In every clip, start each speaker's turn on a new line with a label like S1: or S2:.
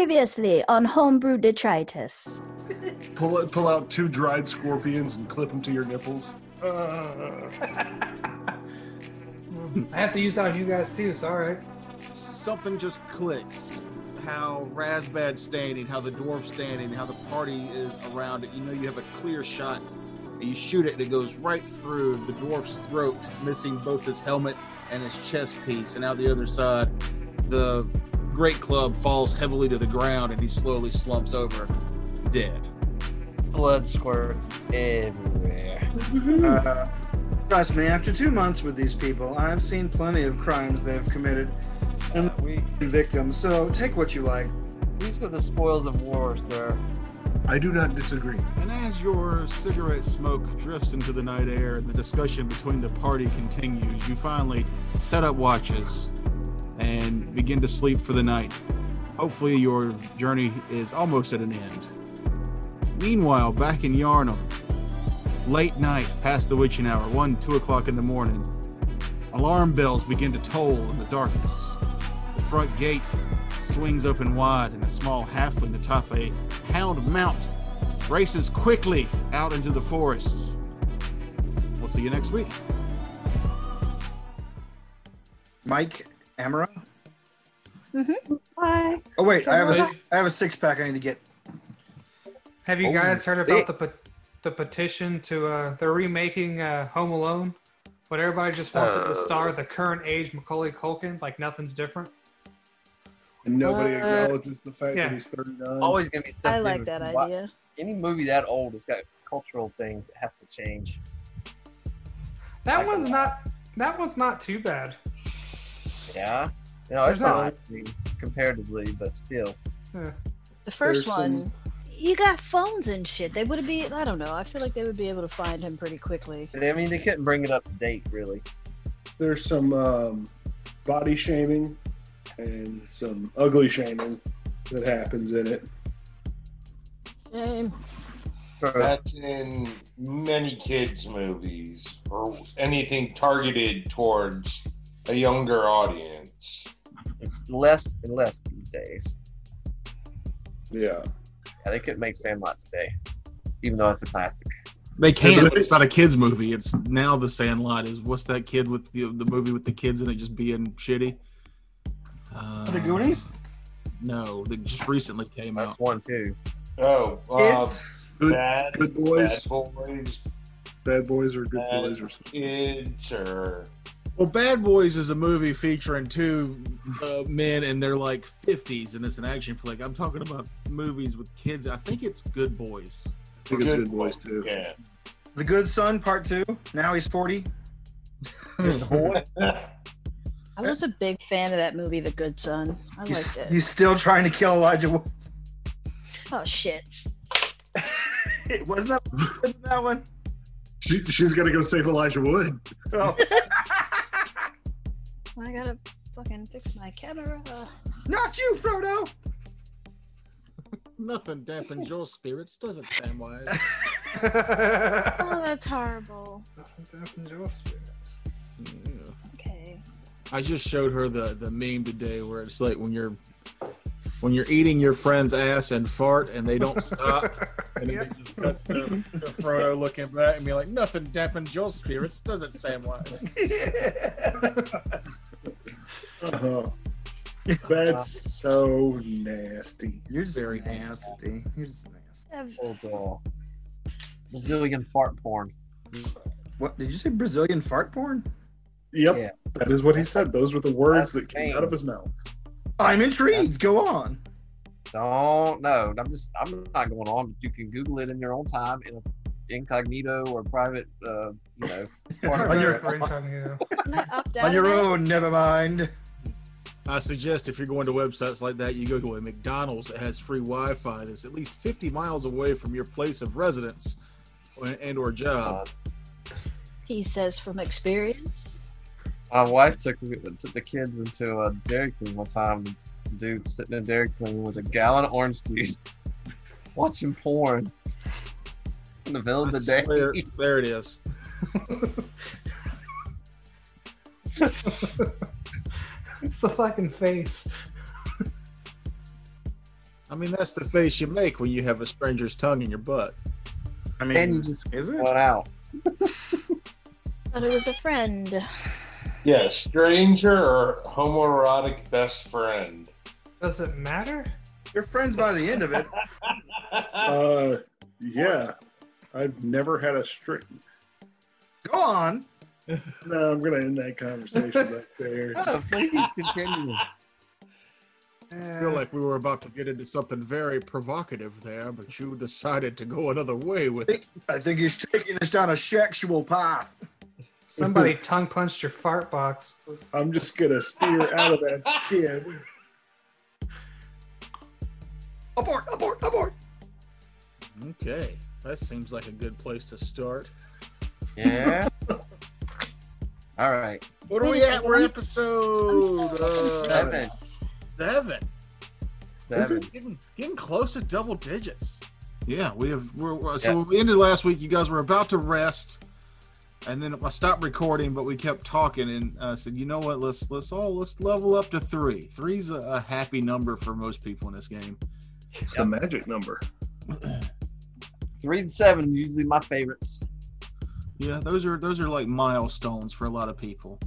S1: Previously on Homebrew Detritus.
S2: Pull out, pull out two dried scorpions and clip them to your nipples. Uh,
S3: I have to use that on you guys too. It's all right.
S4: something just clicks. How Razbad's standing, how the dwarf's standing, how the party is around it. You know you have a clear shot, and you shoot it, and it goes right through the dwarf's throat, missing both his helmet and his chest piece. And out the other side, the great club falls heavily to the ground, and he slowly slumps over, dead.
S5: Blood squirts everywhere.
S6: Uh, trust me, after two months with these people, I've seen plenty of crimes they have committed
S5: Uh, we,
S6: and victims, so take what you like.
S5: these are the spoils of war, sir.
S2: I do not disagree.
S7: And as your cigarette smoke drifts into the night air and the discussion between the party continues, you finally set up watches and begin to sleep for the night. Hopefully, your journey is almost at an end. Meanwhile, back in Yarnum, late night, past the witching hour, 1, 2 o'clock in the morning, alarm bells begin to toll in the darkness. The front gate swings open wide, and a small halfling atop a hound mount races quickly out into the forest. We'll see you next week.
S6: Mike Amara.
S8: Bye.
S6: Oh wait, I have a I have a six pack I need to get.
S3: Have you
S5: Oh,
S3: guys heard about the pet- the petition to uh, they're remaking uh, Home Alone, but everybody just wants it to
S5: Oh.
S3: star the current age Macaulay Culkin, like nothing's different.
S2: And nobody
S5: What?
S2: acknowledges the fact
S3: Yeah.
S2: that he's
S3: Uh,
S2: 39.
S5: Always gonna be something.
S8: I like that
S5: wa-
S8: idea.
S5: Any movie that old has got cultural things that have to change.
S3: That
S5: Like a
S3: one's
S5: lot.
S3: not that one's not too bad.
S5: Yeah. No,
S3: There's
S5: it's
S3: not-
S5: not I mean, comparatively, but still.
S3: Yeah.
S8: The first
S2: There's
S8: one,
S2: some-
S8: you got phones and shit. They would be, I don't know. I feel like they would be able to find him pretty quickly.
S5: I mean, they couldn't bring it up to date, really.
S2: There's some um, body shaming and some ugly shaming that happens in it.
S8: Um,
S9: That's in many kids' movies or anything targeted towards a younger audience.
S5: It's less and less these days.
S2: Yeah.
S5: Yeah, they couldn't make Sandlot today, even though it's a classic.
S7: They
S2: can,
S7: can,
S2: but
S7: but it's not a kids movie. It's now the Sandlot is what's that kid with the, the movie with the kids and it just being shitty? Uh,
S6: The Goonies?
S7: No, that just recently came
S5: That's
S7: out.
S5: one too.
S9: Oh, uh,
S6: It's
S2: Good,
S9: bad,
S2: good
S9: bad
S2: boys.
S9: boys,
S2: Bad boys or good
S9: Bad-
S2: boys or something.
S9: kids, or
S7: Well, Bad Boys is a movie featuring two uh, men in their like fifties, and it's an action flick. I'm talking about movies with kids. I think it's Good Boys.
S2: I think it's good boys too.
S9: yeah.
S6: The Good Son Part Two. Now he's forty.
S8: I was a big fan of that movie, The Good Son. I
S6: He's,
S8: liked it.
S6: he's still trying to kill Elijah. Wood.
S8: Oh, shit.
S6: wasn't that wasn't that one?
S2: She, she's gonna go save Elijah Wood.
S6: Oh.
S8: I gotta fucking fix my camera. Oh,
S6: Not you, Frodo.
S7: Nothing dampens your spirits, does it, Samwise?
S8: Oh, that's horrible.
S7: Yeah.
S8: Okay.
S7: I just showed her the the meme today where it's like when you're when you're eating your friend's ass and fart and they don't stop and then it just cuts to, to Frodo looking back and be like, nothing dampens your spirits, does it, Samwise?
S2: Uh-huh. That's so nasty.
S6: You're just
S7: Very
S6: nasty. You're just nasty.
S8: I've-
S5: Old doll. Brazilian fart porn.
S6: What did you say? Brazilian fart porn?
S2: Yep,
S5: Yeah.
S2: that is what he said. Those were the words
S5: That's
S2: that came
S5: insane.
S2: out of his mouth.
S6: I'm intrigued. Go on.
S5: Don't know. I'm just. I'm not going on. But you can Google it in your own time in a incognito or private. Uh, you know.
S6: on your
S3: For incognito.
S8: Can I opt out
S6: on your
S8: of that?
S6: own. Never mind.
S7: I suggest if you're going to websites like that, you go to a McDonald's that has free Wi-Fi that's at least 50 miles away from your place of residence or- and or job.
S5: Uh,
S8: He says from experience.
S5: my wife took me- took the kids into a Dairy Queen one time. Dude sitting in Dairy Queen with a gallon of orange juice, watching porn in the middle of Uh, the day.
S7: There, there it is.
S3: It's the fucking face.
S7: I mean, that's the face you make when you have a stranger's tongue in your butt.
S6: I
S5: And you
S6: mean,
S5: just uh,
S7: Is it?
S5: went out.
S8: Thought it was a friend.
S9: Yeah, stranger or homoerotic best friend.
S3: Does it matter?
S6: you're friends by the end of it.
S2: Uh, yeah, I've never had a straight.
S6: Go on.
S2: No, I'm gonna end that conversation right there.
S5: Oh, please continue.
S7: I
S3: Eh,
S7: feel like we were about to get into something very provocative there, but you decided to go another way with it.
S6: I think he's taking us down a sexual path.
S3: Somebody tongue punched your fart box.
S2: I'm just gonna steer out of that skin.
S6: Abort! Abort! Abort!
S7: Okay, that seems like a good place to start.
S5: Yeah. All right.
S7: What are we at? We're episode uh,
S5: Seven.
S7: seven. This
S5: Seven.
S7: is getting, getting close to double digits. Yeah, we have. We're, we're- so when we ended last week. You guys were about to rest, and then I stopped recording, but we kept talking and uh, said, "You know what? Let's let's all let's level up to three. Three's a, a happy number for most people in this game.
S2: It's the magic number.
S5: Three and seven are usually my favorites.
S7: Yeah, those are those are like milestones for a lot of people.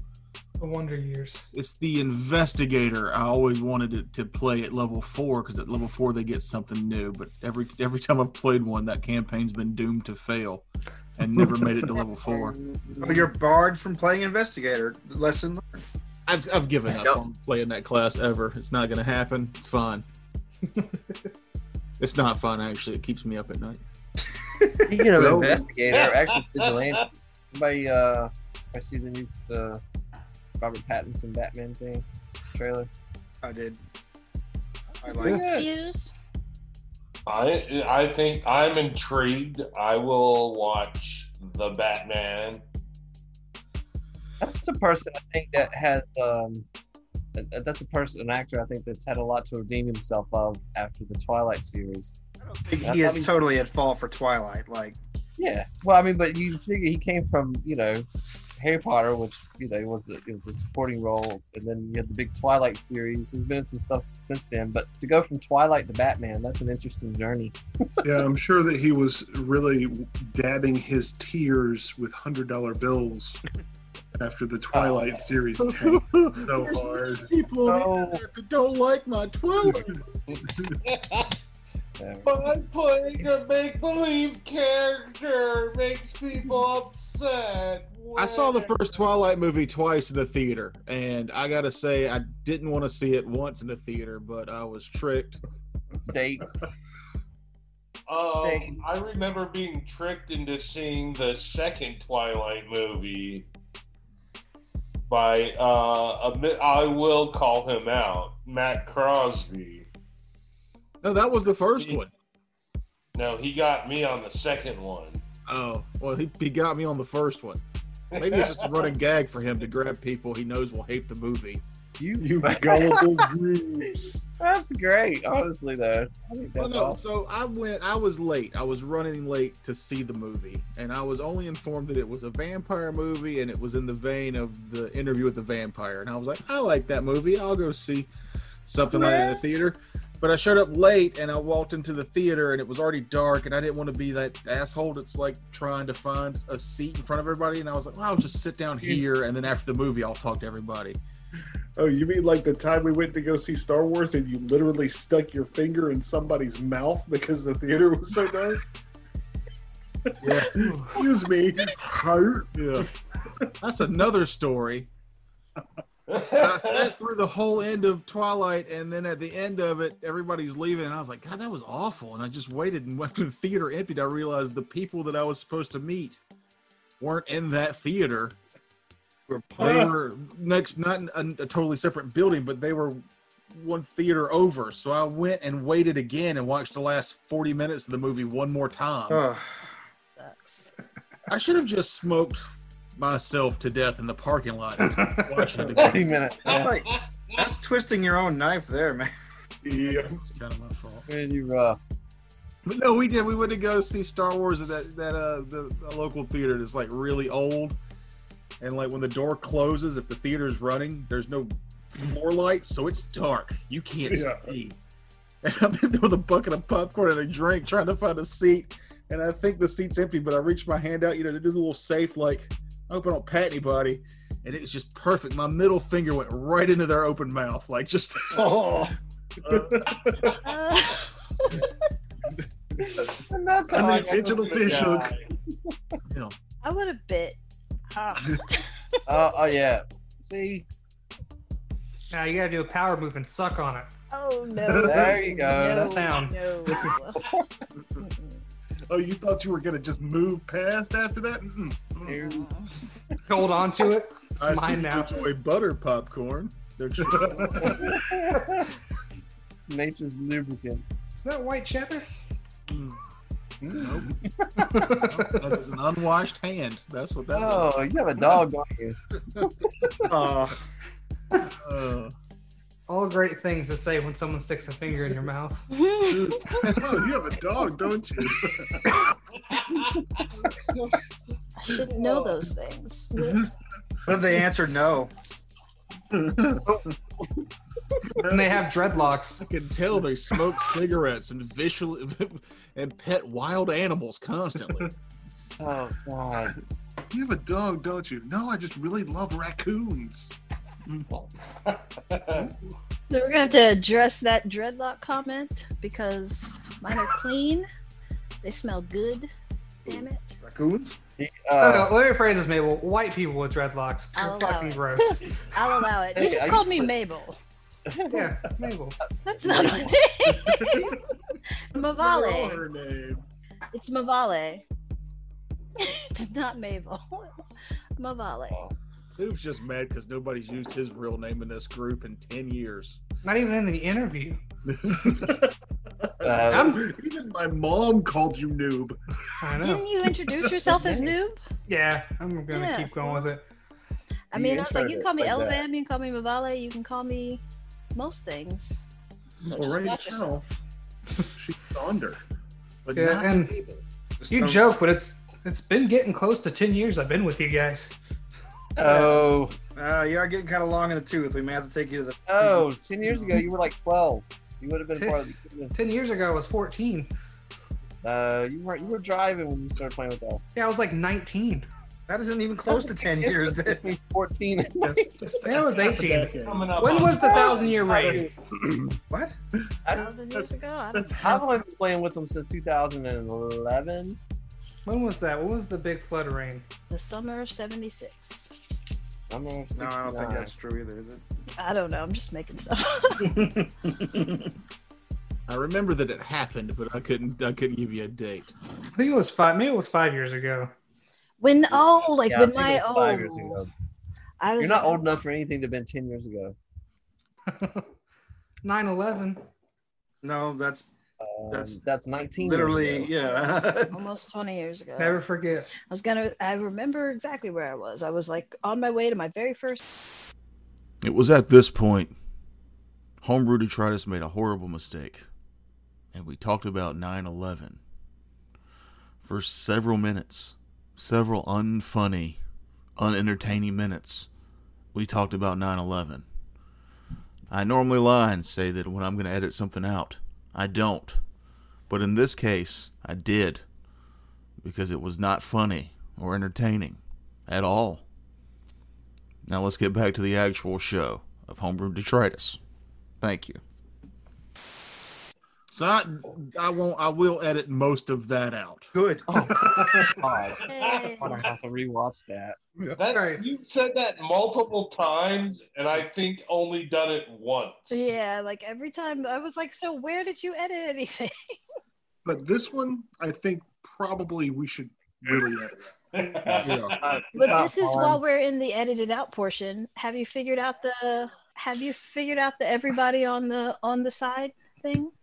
S3: The Wonder Years.
S7: It's the investigator. I always wanted it to play at level four because at level four they get something new. But every every time I've played one, that campaign's been doomed to fail, and never made it to level four.
S6: Oh, you're barred from playing investigator. Lesson learned.
S7: I've, I've given up
S5: Yep.
S7: on playing that class ever. It's not going to happen. It's fun. it's not fun, actually. It keeps me up at night.
S5: Speaking of
S6: Really?
S5: investigator, actually vigilante. Anybody, uh, I see the new the Robert Pattinson Batman thing trailer.
S6: I did. I like it.
S5: Yeah.
S8: Views.
S9: I I think I'm intrigued. I will watch the Batman.
S5: That's a person I think that has um, that- that's a person, an actor I think that's had a lot to redeem himself of after the Twilight series.
S6: I think he is totally at fault for Twilight. Like,
S5: Yeah. Well, I mean, but you figure he came from you know Harry Potter, which you know was a, it was a supporting role, and then you had the big Twilight series. There's been in some stuff since then, but to go from Twilight to Batman, that's an interesting journey.
S2: Yeah, I'm sure that he was really dabbing his tears with hundred dollar bills after the Twilight series tanked so hard.
S7: people
S5: on the internet
S7: that don't like my Twilight.
S5: So,
S9: But playing a make believe character makes people upset.
S7: I saw the first Twilight movie twice in the theater, and I got to say, I didn't want to see it once in the theater, but I was tricked.
S5: dates.
S9: Um,
S5: things.
S9: I remember being tricked into seeing the second Twilight movie by uh, a mi- I will call him out, Matt Crosby.
S7: No, that was the first one.
S9: No, he got me on the second one.
S7: Oh, well, he, he got me on the first one. Maybe it's just a running gag for him to grab people he knows will hate the movie.
S2: You gullible grooves.
S5: That's great, honestly, though. I think
S7: Well,
S5: that's
S7: no,
S5: awesome.
S7: so I went. I was late. I was running late to see the movie, and I was only informed that it was a vampire movie, and it was in the vein of the interview with the vampire. And I was like, I like that movie. I'll go see something like that in the theater. But I showed up late, and I walked into the theater, and it was already dark, and I didn't want to be that asshole that's like trying to find a seat in front of everybody. And I was like, well, I'll just sit down here, and then after the movie, I'll talk to everybody.
S2: Oh, you mean like the time we went to go see Star Wars and you literally stuck your finger in somebody's mouth because the theater was so dark?
S7: Yeah.
S2: Excuse me. Hurt.
S7: Yeah. That's another story. I sat through the whole end of Twilight, and then at the end of it, everybody's leaving, and I was like, God, that was awful. And I just waited, and after the theater emptied, I realized the people that I was supposed to meet weren't in that theater.
S6: we're
S7: They
S6: playing.
S7: were next, not in a, a totally separate building, but they were one theater over. So I went and waited again and watched the last 40 minutes of the movie one more time.
S6: Ugh.
S8: Sucks.
S7: I should have just smoked myself to death in the parking lot. instead of watching it again.
S5: 30 minutes.
S6: That's
S5: Yeah.
S6: like that's twisting your own knife there, man.
S2: Yeah.
S7: It's kind of my fault.
S5: Pretty rough.
S7: But no, we did. We went to go see Star Wars at that that uh the, the local theater that's like really old, and like when the door closes, if the theater's running, there's no floor lights, so it's dark. You can't
S2: Yeah.
S7: see.
S4: And I'm in there with a bucket of popcorn and a drink trying to find a seat. And I think the seat's empty, but I reached my hand out, you know, to do the little safe, like, I hope I don't pat anybody. And it was just perfect. My middle finger went right into their open mouth, like just oh.
S8: Uh,
S5: And that's
S2: I
S5: how
S2: need
S5: got this
S2: digital
S5: big
S2: fish
S5: guy.
S2: hook.
S8: I would have bit. Ah.
S5: Oh, oh yeah. See,
S3: Now you gotta do a power move and suck on it.
S8: Oh no.
S5: There you go.
S8: No,
S5: That's
S3: down.
S8: No.
S2: Oh, you thought you were gonna just move past after that? Mm-mm. Mm.
S5: here-
S3: Hold on to it. It's
S4: I see
S3: mine
S4: you
S3: now.
S4: enjoy butter popcorn. Don't you?
S5: nature's lubricant.
S3: Is that white cheddar?
S2: Mm.
S4: Nope. that is an unwashed hand. That's what that is.
S5: Oh, you have a dog, don't you?
S6: Oh,
S4: Uh,
S3: All great things to say when someone sticks a finger in your mouth.
S2: Oh, you have a dog, don't you?
S8: I shouldn't know those things.
S6: but they answered no.
S3: And they have dreadlocks.
S7: Uh,
S4: I can tell they smoke cigarettes and visual and pet wild animals constantly.
S5: Oh God.
S2: You have a dog, don't you? No, I just really love raccoons.
S8: We're gonna have to address that dreadlock comment because mine are clean. They smell good. Damn it.
S6: Raccoons?
S5: He,
S3: No,
S5: uh,
S3: no, let me phrase this, Mabel. White people with dreadlocks.
S8: I'll
S3: They're
S8: allow
S3: fucking
S8: it.
S3: gross.
S8: I'll allow it. You
S5: Hey,
S8: just
S5: I-
S8: called me Mabel.
S3: yeah, Mabel.
S8: That's not my name.
S2: They're all
S8: Mavale.
S2: her name.
S8: It's Mavale. it's not Mabel.
S5: Oh,
S8: Mavale.
S4: Who's just mad because nobody's used his real name in this group in ten years.
S3: Not even in the interview.
S5: uh,
S3: I'm-
S2: Even my mom called you noob.
S3: I know.
S8: Didn't you introduce yourself as Noob?
S3: Yeah, I'm gonna
S8: Yeah.
S3: keep going with it.
S8: I
S5: You
S8: mean, I was like,
S5: introed
S8: you
S5: it
S8: can call me
S5: like that.
S8: Elvam, you can call me Mavale, you can call me most things.
S2: Well, right
S8: watch
S2: now,
S8: yourself.
S2: she's yonder.
S4: But
S3: Yeah,
S4: not
S3: and-
S4: Mabel.
S6: Just
S3: You
S6: don't-
S3: joke, but it's it's been getting close to ten years I've been with you guys.
S5: oh,
S6: Uh, you are getting kind of long in the tooth. We may have to take you to the.
S5: oh, ten years ago you were like twelve. You would have been part of the.
S3: Ten years ago I was fourteen.
S5: Uh, you were you were driving when you started playing with us.
S3: Yeah, I was like nineteen.
S6: That isn't even close to 10 years. then.
S5: Between fourteen.
S2: That's, that's,
S3: That was
S2: half a
S3: 18.
S2: decade.
S9: Coming up
S3: When
S9: on-
S3: was the thousand year reign?
S6: what?
S8: Thousand years ago. I don't
S2: That's
S5: I've
S2: half.
S5: only been playing with them since 2011.
S3: When was that? When was the big flood reign?
S8: The summer of 76.
S5: I'm on
S6: No, I don't
S5: 69.
S6: think that's true either, is
S8: I don't know. I'm just making stuff.
S6: it?
S4: I remember that it happened, but I couldn't. I couldn't give you a date.
S3: I think it was five. Maybe it was five years ago.
S8: when oh, like
S5: Yeah, I
S8: when
S5: think
S8: my
S5: it was five years
S8: oh,
S5: ago.
S8: I was
S5: You're not
S8: like,
S5: old enough for anything to have been 10 years ago.
S3: 9-11.
S6: no, that's
S5: Um,
S6: That's
S5: that's that's 19. years
S6: literally,
S5: ago.
S6: yeah.
S8: almost 20 years ago.
S3: Never forget.
S8: I was gonna. I remember exactly where I was. I was like on my way to my very first
S7: It was at this point Homebrew Detritus made a horrible mistake, and we talked about 9 11 for several minutes, several unfunny, unentertaining minutes. We talked about 9 11. I normally lie and say that when I'm going to edit something out, I don't. But in this case, I did, because it was not funny or entertaining at all. Now let's get back to the actual show of Homebrew Detritus. Thank you.
S4: So I, I won't. I will edit most of that out.
S6: Good.
S8: Oh,
S5: God,
S8: day.
S5: I'm gonna have to rewatch that.
S9: That,
S3: Right.
S9: You said that multiple times, and I think only done it once.
S8: yeah, like every time I was like, so where did you edit anything?
S2: But this one, I think probably we should really edit.
S8: But this is while we're in the edited out portion. Have you figured out the? Have you figured out the everybody on the on the side thing?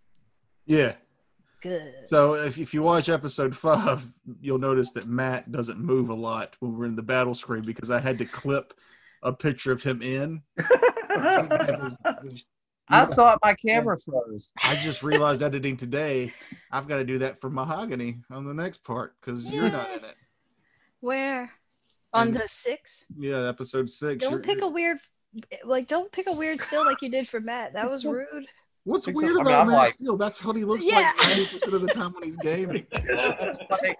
S4: Yeah.
S8: Good.
S4: So if, if you watch episode five, you'll notice that Matt doesn't move a lot when we're in the battle screen because I had to clip a picture of him in.
S5: I thought my camera froze.
S4: I just realized editing today, I've got to do that for Mahogany on the next part because you're not in it.
S8: Where? On
S4: And-
S8: the six?
S4: Yeah, episode 6
S8: Don't
S4: you're-
S8: pick a weird, like don't pick a weird still like you did for Matt. That was rude.
S7: What's
S5: think so.
S7: weird
S5: I mean,
S7: about
S5: I'm
S7: Man of
S5: like-
S7: Steel? That's what he looks
S8: Yeah.
S7: like 90% of the time when he's gaming.
S5: It's like,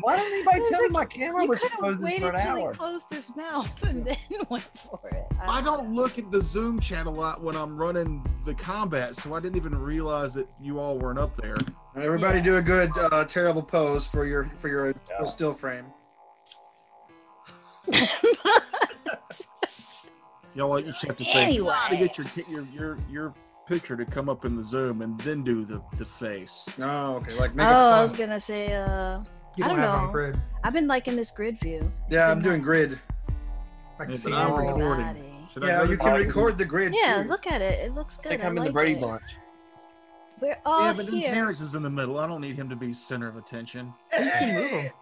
S5: why didn't anybody
S8: It's
S5: tell me
S8: like,
S5: my camera
S8: You
S5: was
S8: could have
S5: frozen for
S8: waited
S5: an
S8: till he
S5: hour?
S8: closed his mouth and then went for it.
S7: I don't look at the Zoom chat a lot when I'm running the combat, so I didn't even realize that you all weren't up there.
S6: Everybody,
S8: Yeah.
S6: do a good uh, terrible pose for your for your still frame.
S7: Y'all you should have to say
S8: Anyway.
S7: "Ah," to get your your your your picture to come up in the Zoom and then do the the face.
S6: Oh, okay. Like make
S8: oh, I
S6: a
S8: was
S6: phone.
S8: gonna say, uh,
S3: You
S8: I
S3: don't have
S8: don't
S3: it on
S8: know.
S3: grid.
S8: I've been liking this grid view.
S6: Yeah, I'm doing grid.
S3: I can
S7: It's
S3: see
S7: an hour.
S3: everything.
S7: recording.
S8: Everybody.
S7: Should I
S6: Yeah,
S7: really
S6: you can
S7: bother-
S6: record the grid
S8: Yeah,
S6: too.
S8: look at it. It looks good.
S5: They come
S8: I
S5: in the
S8: like
S5: Brady
S8: it.
S5: bunch.
S8: We're all
S7: yeah, but then
S8: here.
S7: Terrence is in the middle. I don't need him to be center of attention. He can move him.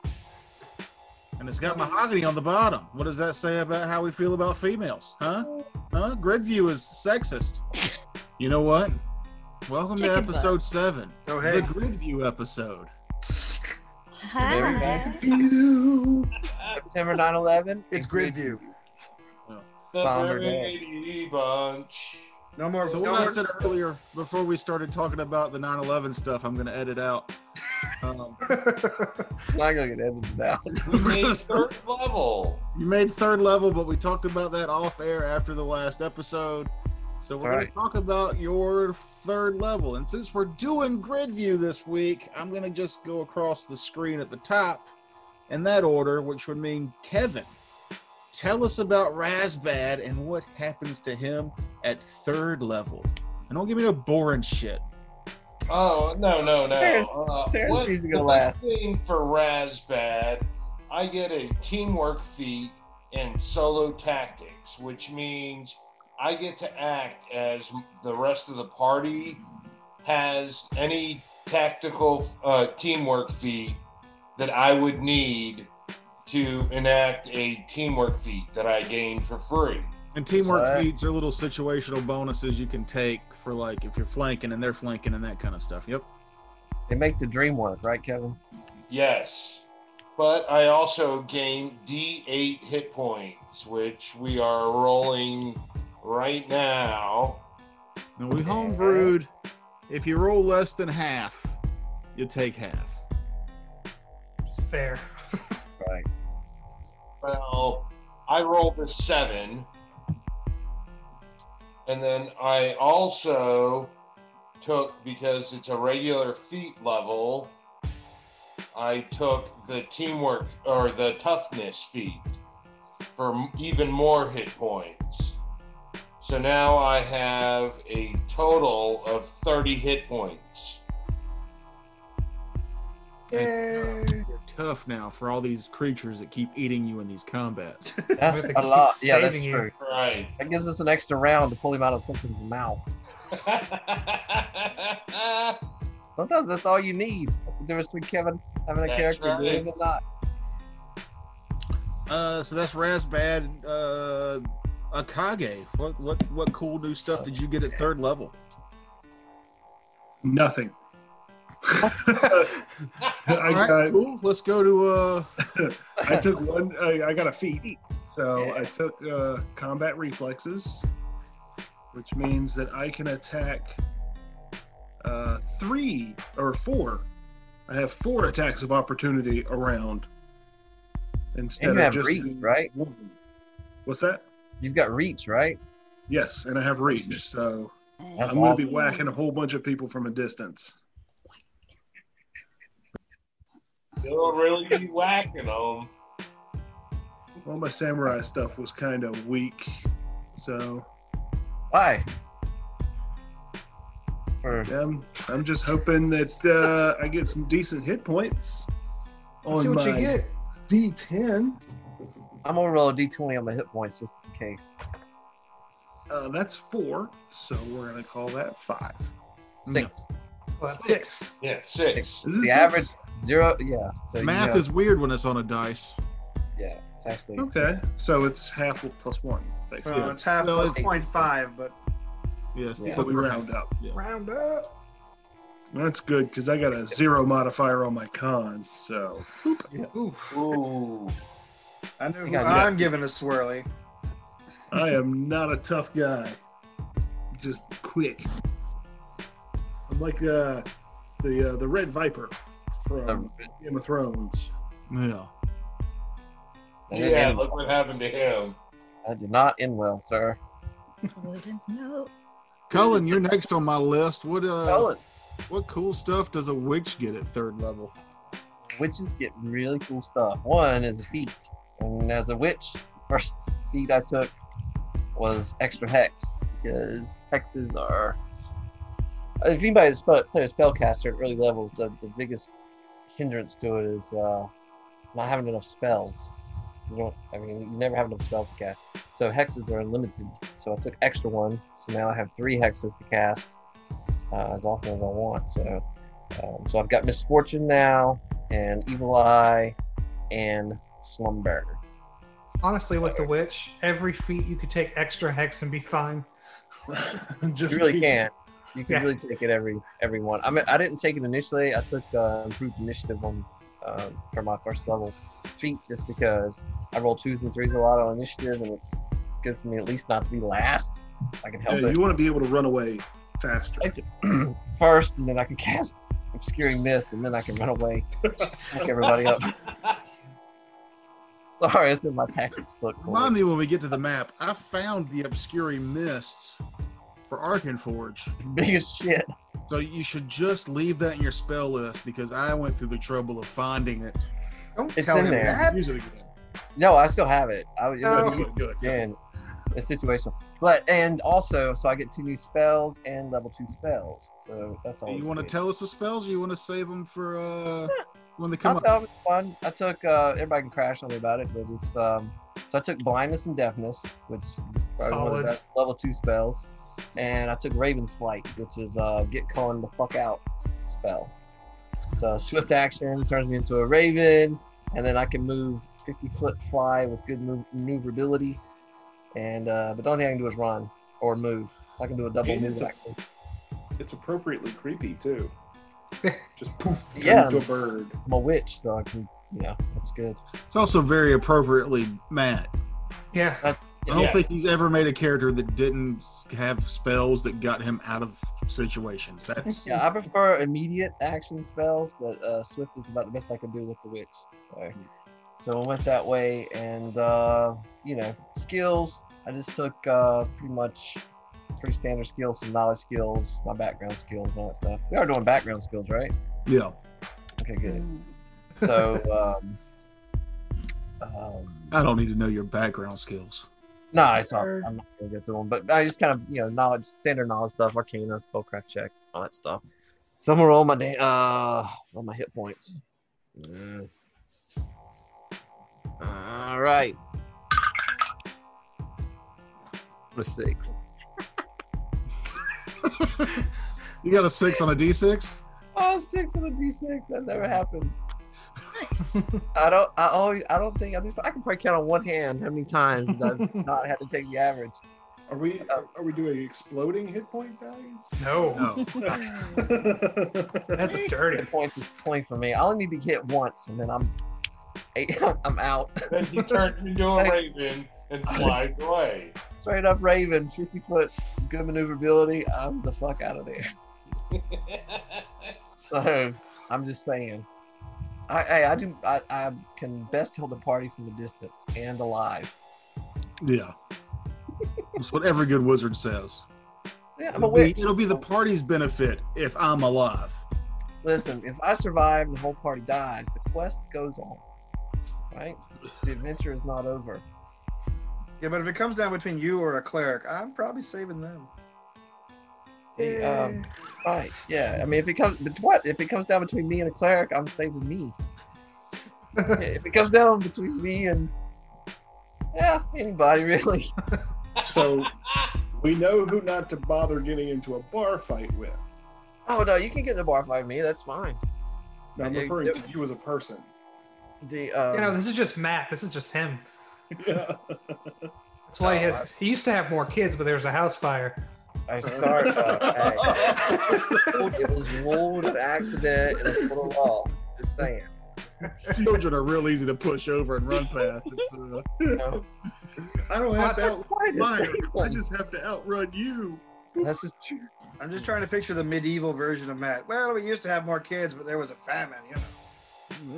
S7: And it's got mahogany on the bottom. What does that say about how we feel about females? Huh? Huh? Grid view is sexist. You know what? Welcome to
S8: Chicken butt.
S7: episode seven.
S6: Oh,
S7: The
S6: hey.
S7: grid view episode.
S8: Hi.
S5: There we go. September 9 11.
S6: It's grid view.
S9: The
S5: Bomber
S9: Brady Bunch.
S6: No more.
S7: So
S6: no
S7: what I
S6: more-
S7: said earlier, before we started talking about the 9/11 stuff, I'm going to edit out. Um,
S5: I'm not going to get edited out.
S9: We made first level.
S7: you made third level, but we talked about that off air after the last episode. So we're going
S5: Right.
S7: to talk about your third level, and since we're doing grid view this week, I'm going to just go across the screen at the top in that order, which would mean Kevin. Tell us about Razbad and what happens to him at third level. And don't give me no boring shit.
S9: Oh no no no!
S5: Terrence-
S9: uh,
S5: Terrence
S9: what's
S5: needs to go
S9: the
S5: last.
S9: Thing for Razbad, I get a teamwork feat in solo tactics, which means I get to act as the rest of the party has any tactical uh, teamwork feat that I would need to enact a teamwork feat that I gain for free.
S7: And teamwork
S5: Alright.
S7: feats are little situational bonuses you can take for like if you're flanking and they're flanking and that kind of stuff. Yep.
S5: They make the dream work, right, Kevin?
S9: Yes. But I also gain D8 hit points, which we are rolling right now.
S7: And we
S5: Okay.
S7: homebrewed. If you roll less than half, you take half.
S3: Fair.
S5: Right.
S9: Well, I rolled a seven. And then I also took, because it's a regular feat level, I took the teamwork or the toughness feat for m- even more hit points. So now I have a total of 30 hit points.
S7: And tough. You're tough now for all these creatures that keep eating you in these combats.
S5: That's
S3: have to
S5: a
S3: keep
S5: lot. Yeah, that's
S3: saving you.
S5: true.
S9: Right.
S5: That gives us an extra round to pull him out of something's mouth. Sometimes that's all you need. That's the difference between Kevin having a
S9: That's
S5: character and doing it not.
S7: uh, so that's Razbad. Uh, Akage, what what what cool new stuff did you get at third level?
S2: Nothing. I
S7: All right,
S2: got
S7: cool. Let's go to uh.
S2: I took one. I, I got a feat, so
S5: Yeah.
S2: I took uh, combat reflexes, which means that I can attack uh, three or four. I have four attacks of opportunity around instead
S5: And you
S2: of
S5: have
S2: just
S5: reach,
S2: the
S5: right?
S2: one. What's that?
S5: You've got reach, right?
S2: Yes, and I have reach, so
S5: That's
S2: I'm going to
S5: awesome.
S2: be whacking a whole bunch of people from a distance.
S9: You'll really be whacking them.
S2: All my samurai stuff was kind of weak, so
S5: Why? For
S2: I'm, Um, I'm just hoping that uh, I get some decent hit points
S6: Let's see
S2: on
S6: what you
S2: my
S6: get.
S2: D10.
S5: I'm gonna roll a d20 on my hit points just in case.
S2: Uh, that's four, so we're gonna call that five.
S5: Six.
S3: Well, that's
S7: Six.
S9: Yeah,
S2: Is
S9: six.
S2: it
S5: The
S2: six?
S5: average zero. Uh, Yeah. So you
S7: Math
S5: know-
S7: is weird when it's on a dice.
S5: Yeah. It's actually.
S2: Okay, so it's half of plus one,
S3: Uh,
S2: basically.
S6: Well, it's half
S7: Well,
S6: plus
S5: it's-
S6: point five, but
S7: Yes, the
S5: Yeah.
S2: but we
S7: upper half.
S2: round up.
S6: round up.
S2: That's good because I got a zero modifier on my con, so
S3: Oof.
S9: Ooh.
S6: I knew.
S5: Yeah, yeah.
S6: I'm giving a swirly.
S2: I am not a tough guy. Just quick. like uh, the uh, the Red Viper from Game of Thrones.
S7: Yeah.
S5: That didn't
S9: Yeah,
S5: end-
S9: look what happened to him.
S5: that did not end well, sir.
S8: Wouldn't know.
S7: Cullen, you're next on my list. What uh,
S5: Cullen.
S7: what cool stuff does a witch get at third level?
S5: witches get really cool stuff. One is a feat, and as a witch, first feat I took was extra hex because hexes are. If anybody that's spe- played a spellcaster at early levels, the, the biggest hindrance to it is uh, not having enough spells. You don't. I mean, you never have enough spells to cast. So hexes are unlimited. So I took extra one. So now I have three hexes to cast uh, as often as I want. So, um, so I've got misfortune now and Evil Eye and Slumber.
S3: Honestly, with the witch, every feat you could take extra hex and be fine.
S2: Just
S5: You really
S2: keep-
S5: can. You can
S3: Yeah.
S5: really take it every every one. I mean, I didn't take it initially. I took uh, improved initiative on uh, for my first level feat just because I roll twos and threes a lot on initiative, and it's good for me at least not to be last. I can help
S2: Yeah,
S5: it
S2: you want to be able to run away faster.
S5: first, and then I can cast obscuring mist, and then I can run away, fuck everybody up. Sorry, it's in my tactics book. for
S7: Remind
S5: it.
S7: me when we get to the map. I found the obscuring mist for Arkenforge.
S5: Big as shit.
S7: So you should just leave that in your spell list because I went through the trouble of finding it.
S6: Don't
S5: It's
S6: tell
S5: in
S6: him
S5: there.
S6: that.
S7: Use it again.
S5: No, I still have it. I, it
S6: No.
S5: would be-
S7: Good, good.
S5: and it's situational. But and also, so I get two new spells and level two spells. So that's
S7: Do
S5: all.
S7: you want to tell us the spells, or you want to save them for uh, when they come
S5: I'll
S7: up?
S5: tell them it's fun. I took uh, everybody can crash on me about it, but it's um. So I took blindness and deafness, which is probably one of
S3: Solid.
S5: the best level two spells, and I took Raven's flight, which is uh get Cullen the fuck out spell. So swift action turns me into a raven, and then I can move 50 foot fly with good move- maneuverability. And uh, but the only thing I can do is run or move. So I can do a double
S2: And
S5: move
S2: it's a-
S5: action.
S2: It's appropriately creepy too. Just poof, turn
S5: Yeah.
S2: into a bird.
S5: I'm a witch, so I can you know that's good.
S7: It's also very appropriately Matt.
S3: Yeah,
S7: I
S2: Oh,
S7: don't
S9: Yeah.
S7: think he's ever made a character that didn't have spells that got him out of situations. That's
S5: Yeah, I prefer immediate action spells, but uh, swift is about the best I could do with the witch. So, so I went that way, and uh, you know, skills. I just took uh, pretty much pretty standard skills, some knowledge skills, my background skills, and all that stuff. We are doing background skills, right?
S7: yeah.
S5: Okay, good. So, um, um,
S7: I don't need to know your background skills.
S5: No, it's not. I'm not gonna get to them, but I just kind of you know knowledge, standard knowledge stuff, arcana, spellcraft check, all that stuff. So I'm gonna roll my da- uh, roll my hit points. Mm. All right, the six.
S7: You got a six on a d6.
S5: Oh, six on a d6. That never happens.
S8: Nice.
S5: I don't. I always. I don't think. I, think I can probably count on one hand how many times I've not had to take the average.
S2: Are we
S5: Oh.
S2: are, are we doing exploding hit point values?
S3: no,
S7: No.
S3: that's dirty.
S5: Hit points is twenty for me. I only need to hit once, and then I'm, I'm out.
S9: Then he turned into a raven and flies away.
S5: straight up Raven, 50 foot, good maneuverability. I'm the fuck out of there. So I'm just saying, I I, I do I, I can best tell the party from a distance and alive.
S7: Yeah. It's what every good wizard says.
S5: Yeah, I'm a
S7: It'll be,
S5: witch.
S7: it'll be the party's benefit if I'm alive.
S5: Listen, if I survive and the whole party dies, the quest goes on. Right? The adventure is not over.
S6: Yeah, but if it comes down between you or a cleric, I'm probably saving them.
S5: The, um, right? Yeah. I mean, if it comes, but what if it comes down between me and a cleric? I'm saving me. if it comes down between me and yeah, anybody really.
S2: so we know who not to bother getting into a bar fight with.
S5: Oh no, you can get in a bar fight with me. That's fine.
S2: Now, I'm
S5: Yeah,
S2: referring
S5: yeah.
S2: to you as a person.
S5: The um,
S3: You know, this is just Matt. This is just him.
S2: Yeah.
S3: That's why he has. He used to have more kids, but there was a house fire.
S5: I start. Uh, hey, it was rolled an accident and it's put a wall. Just saying.
S7: Children are real easy to push over and run past. It's, uh,
S5: You know?
S2: I don't have to outrun
S5: Why to
S2: mine.
S5: save
S2: I
S5: one?
S2: just have to outrun you.
S5: That's just true.
S6: I'm just trying to picture the medieval version of Matt. Well, we used to have more kids, but there was a famine, you know.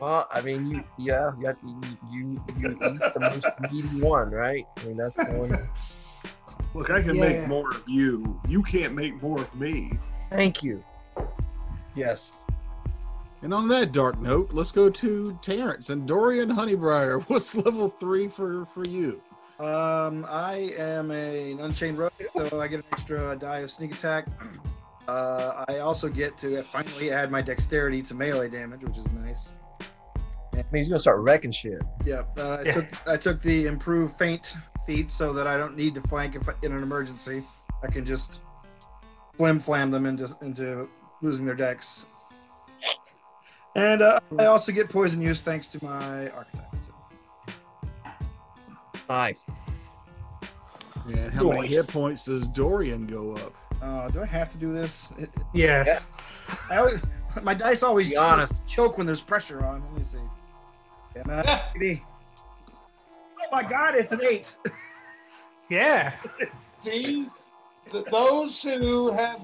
S5: Well, I mean, you, yeah, you, have to- you, you, you eat the most needy one, right? I mean, that's the one.
S2: Look, I can
S3: Yeah.
S2: make more of you. You can't make more of me.
S5: Thank you. Yes.
S7: And on that dark note, let's go to Terrence and Dorian Honeybriar. What's level three for for you?
S6: Um, I am a an unchained rogue, so I get an extra die of sneak attack. Uh, I also get to finally add my dexterity to melee damage, which is nice.
S5: I mean, he's gonna start wrecking shit.
S6: Yeah, uh, I
S3: Yeah.
S6: took I took the improved feint feat so that I don't need to flank if in an emergency. I can just flim flam them into into losing their decks. And uh, I also get poison use thanks to my archetype. So.
S5: Nice.
S7: And how many
S2: Nice.
S7: hit points does Dorian go up?
S6: Uh, do I have to do this? It-
S3: Yes.
S6: I always, my dice always
S5: Be
S6: choke-
S5: honest.
S6: choke when there's pressure on. Let me see. Yeah, man,
S9: Yeah.
S6: maybe. Oh my god, it's an eight.
S3: Yeah.
S9: See, Th- those who have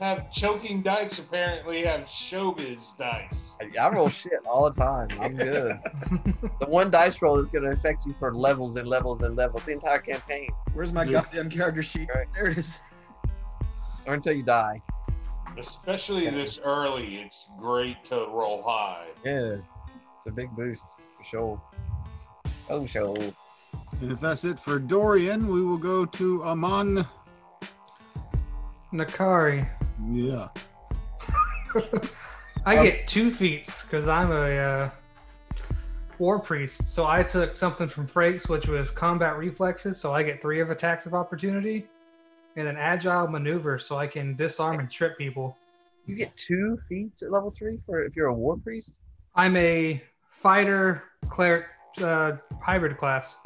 S9: have choking dice apparently have showbiz dice.
S5: I, I roll shit all the time. I'm good. the one dice roll is gonna affect you for levels and levels and levels the entire campaign,
S6: Where's my
S7: Yeah.
S6: goddamn character sheet?
S5: Right.
S6: There it is.
S5: or until you die.
S9: Especially this early, it's great to roll high.
S5: Yeah. It's a big boost for sure. Oh, sure.
S7: And if that's it for Dorian, we will go to Amon.
S3: Nakari.
S7: Yeah.
S6: Oh.
S3: I get two feats because I'm a uh, war priest. So I took something from Frakes, which was combat reflexes. So I get three of attacks of opportunity and an agile maneuver so I can disarm and trip people.
S5: You get two feats at level three for if you're a war priest.
S3: I'm a fighter cleric uh, hybrid class.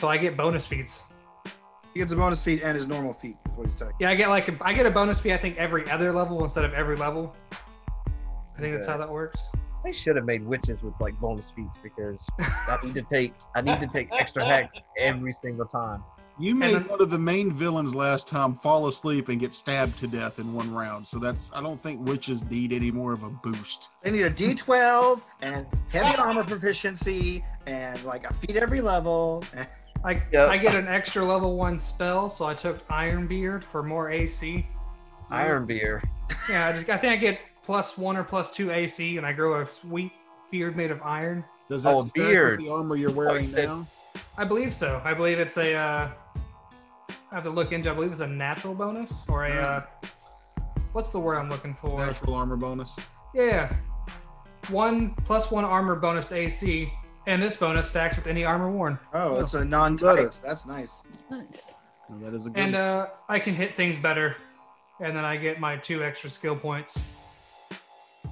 S3: So I get bonus feats.
S6: He gets a bonus feat and his normal feat is what he's taking.
S3: Yeah, I get like a, I get a bonus fee. I think every other level instead of every level. I think that's how that works.
S5: I should have made witches with like bonus feats because I need to take I need to take extra hex every single time.
S7: You made
S3: then-
S7: one of the main villains last time fall asleep and get stabbed to death in one round. So that's I don't think witches need any more of a boost.
S6: They need a D12 and heavy armor proficiency and like a feat every level.
S3: I
S5: Yeah.
S3: I get an extra level one spell, so I took Iron Beard for more AC.
S5: Iron beer.
S3: Yeah, I, just, I think I get plus one or plus two AC, and I grow a sweet beard made of iron.
S7: Does that
S5: Oh,
S7: stack with
S5: beard.
S7: the armor you're wearing
S5: Oh, it-
S7: now?
S3: I believe so. I believe it's a. Uh, I have to look into. I believe it's a natural bonus or a. Uh, what's the word I'm looking for?
S7: Natural armor bonus.
S3: Yeah. One plus one armor bonus to AC, and this bonus stacks with any armor worn.
S6: Oh, it's a non-type. That's nice.
S8: Nice.
S7: Now that is a good
S3: And uh, I can hit things better, and then I get my two extra skill points.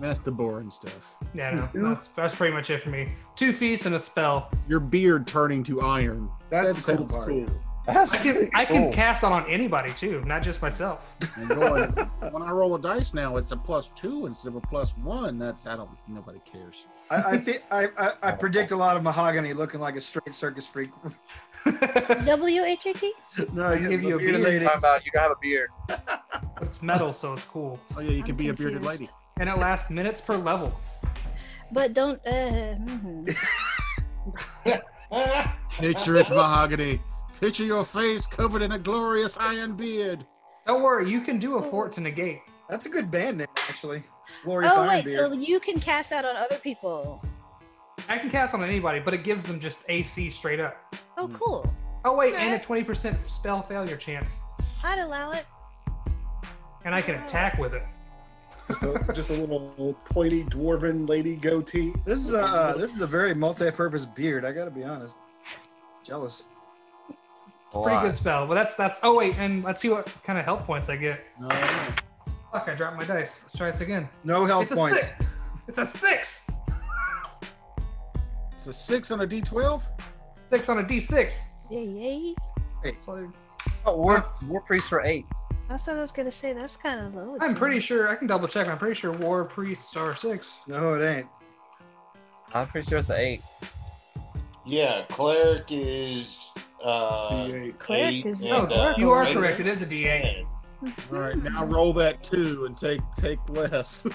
S7: that's the boring stuff.
S3: Yeah, no, that's, that's pretty much it for me. Two feats and a spell.
S7: Your beard turning to iron.
S6: That's
S7: That
S6: the cool
S7: sounds
S6: part.
S7: cool.
S5: That's
S3: I can
S5: pretty
S3: I can
S5: cool.
S3: cast that on anybody too, not just myself.
S7: And going, when I roll a dice now, it's a plus two instead of a plus one. That's I don't. Nobody cares.
S6: I, I, feel, I, I, I predict a lot of mahogany looking like a straight circus freak.
S8: W H A T.
S6: no,
S3: I give you a
S6: bearded
S3: beard.
S6: lady.
S5: Talking about you gotta have a beard.
S3: It's metal, so it's cool,
S7: Oh yeah, you can
S8: I'm
S7: be a bearded
S8: confused.
S7: lady.
S3: and it lasts minutes per level.
S8: But don't. Uh,
S7: Mm-hmm.
S8: mhm.
S7: Picture it's mahogany. Picture your face covered in a glorious iron beard.
S3: Don't worry, you can do a fort to negate.
S6: That's a good band name, actually. Glorious
S8: oh
S6: Iron
S8: wait, so
S6: Beard.
S8: you can cast that on other people.
S3: I can cast on anybody, but it gives them just AC straight up.
S8: Oh,
S6: Mm.
S8: cool.
S3: Oh wait, and a twenty percent spell failure chance,
S8: I'd allow it.
S3: and I can attack with it.
S2: Just a, just a little pointy dwarven lady goatee.
S6: This is a uh, this is a very multi-purpose beard. I gotta be honest. Jealous.
S3: Pretty good spell, but that's that's. Oh wait, and let's see what kind of health points I get.
S7: No, no.
S3: Fuck, I dropped my dice. Let's try this again.
S6: No health
S3: It's a
S6: points.
S3: six. It's a six.
S7: it's a six on a D twelve.
S3: Six on a D6.
S8: Yay, yay.
S3: So
S5: Oh, war, war priest for eight.
S8: That's what I was gonna say. That's kind of low. it
S3: I'm pretty
S8: seems.
S3: sure I can double check. I'm pretty sure war priests are six.
S6: No, it ain't.
S5: I'm pretty sure it's an eight.
S9: Yeah, cleric is uh,
S2: D8.
S8: Cleric
S9: eight
S8: is-
S9: and,
S3: No,
S9: uh,
S3: you are
S9: eight.
S3: correct. It is a D8.
S4: All right, now
S3: Hmm.
S4: roll that two and take take less.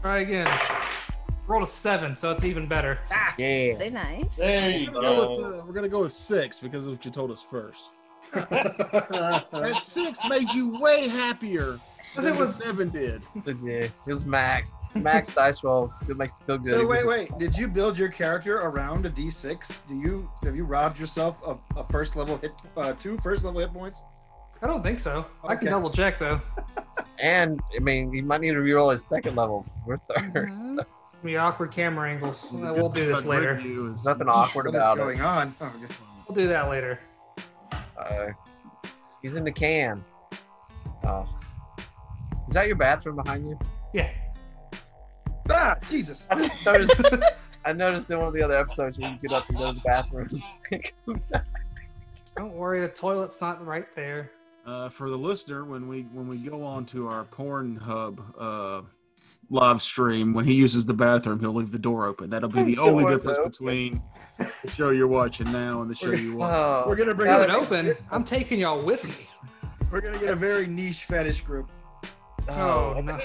S3: Try again. Rolled a seven, so it's even better.
S5: Yeah.
S8: Very nice.
S9: There
S4: We're
S9: you
S4: gonna, go with,
S9: go.
S4: uh, we're gonna go with six because of what you told us first. That six made you way happier
S3: Because
S4: than
S3: it
S4: the
S3: was
S4: seven did.
S5: Yeah. It was max. Max dice rolls. It makes you feel good.
S6: So
S5: It
S6: wait,
S5: gives
S6: wait. Did you build your character around a D6? Do you have you robbed yourself of a first level hit, uh, two first level hit points?
S3: I don't think so. I can
S6: Okay.
S3: double check though.
S5: you- And I mean, he might need to reroll his second level. 'cause We're third.
S8: Mhm.
S3: The awkward camera angles. Uh, We'll do this later.
S7: Review is-
S5: There's nothing awkward
S6: What is
S5: about
S6: going
S5: it.
S6: on? Oh, okay.
S3: We'll do that later.
S5: Uh, he's in the can. Oh. Is that your bathroom behind you?
S3: Yeah.
S6: Ah, Jesus!
S5: I just noticed. I noticed in one of the other episodes when you get up and go to the bathroom.
S3: Don't worry, the toilet's not right there.
S7: uh, for the listener when we when we go on to our Pornhub uh, live stream when he uses the bathroom he'll leave the door open that'll be the
S5: Door
S7: only
S5: is
S7: difference
S5: open.
S7: between the show you're watching now and the show you watch
S5: Oh.
S6: We're gonna bring
S5: Now
S3: Leave it
S5: that-
S3: open. I'm taking y'all with me.
S6: We're gonna get a very niche fetish group.
S3: Oh no.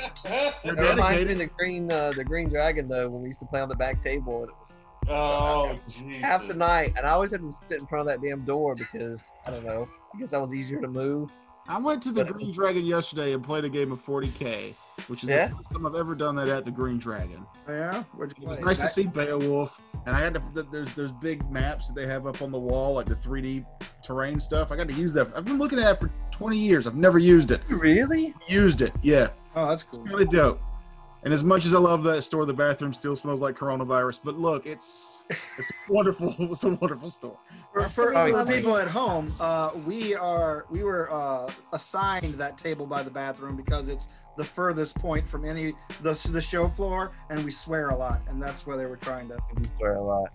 S7: We're
S5: It reminds me
S7: dedicated.
S5: of the green, uh, the green dragon though, when we used to play on the back table, and it was
S9: oh, Jesus.
S5: half the night, and I always had to sit in front of that damn door because I don't know, I guess that was easier to move.
S7: I went to the Green Dragon yesterday and played a game of 40k which is
S5: Yeah?
S7: the first time I've ever done that at the Green Dragon
S6: Yeah, where'd
S7: it
S6: you
S7: was
S6: play?
S7: nice to
S6: I-
S7: see Beowulf and I had to th- there's there's big maps that they have up on the wall like the 3d terrain stuff I got to use that I've been looking at it for 20 years I've never used it
S5: Really?
S7: used it yeah
S6: Oh, that's cool.
S7: It's kind of dope. And as much as I love that store, the bathroom still smells like coronavirus. But look, it's it's wonderful. It's a wonderful store.
S6: For, for,
S5: Oh,
S6: for the
S5: yeah.
S6: people at home, uh, we are we were uh, assigned that table by the bathroom because it's the furthest point from any the the show floor, and we swear a lot, and that's why they were trying to.
S5: We swear a lot.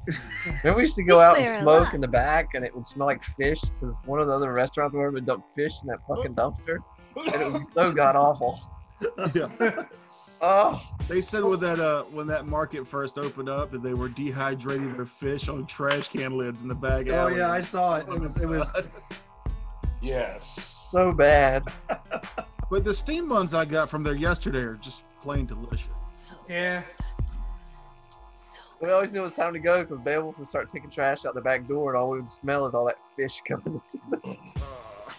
S5: Remember we used to go out and
S8: swear a
S5: smoke
S8: lot.
S5: in the back, and it would smell like fish because one of the other restaurants where would dump fish in that fucking dumpster, and it was so god awful.
S7: Yeah.
S5: Oh,
S7: They said when that uh when that market first opened up that they were dehydrating their fish on trash can lids in the bag.
S6: Oh
S7: alley.
S6: yeah, I saw it. It was it was
S9: Yes.
S5: so bad.
S7: But the steam buns I got from there yesterday are just plain delicious.
S8: So,
S3: Yeah.
S8: so
S5: We always knew it was time to go because Beowulf would start taking trash out the back door, and all we would smell is all that fish coming into the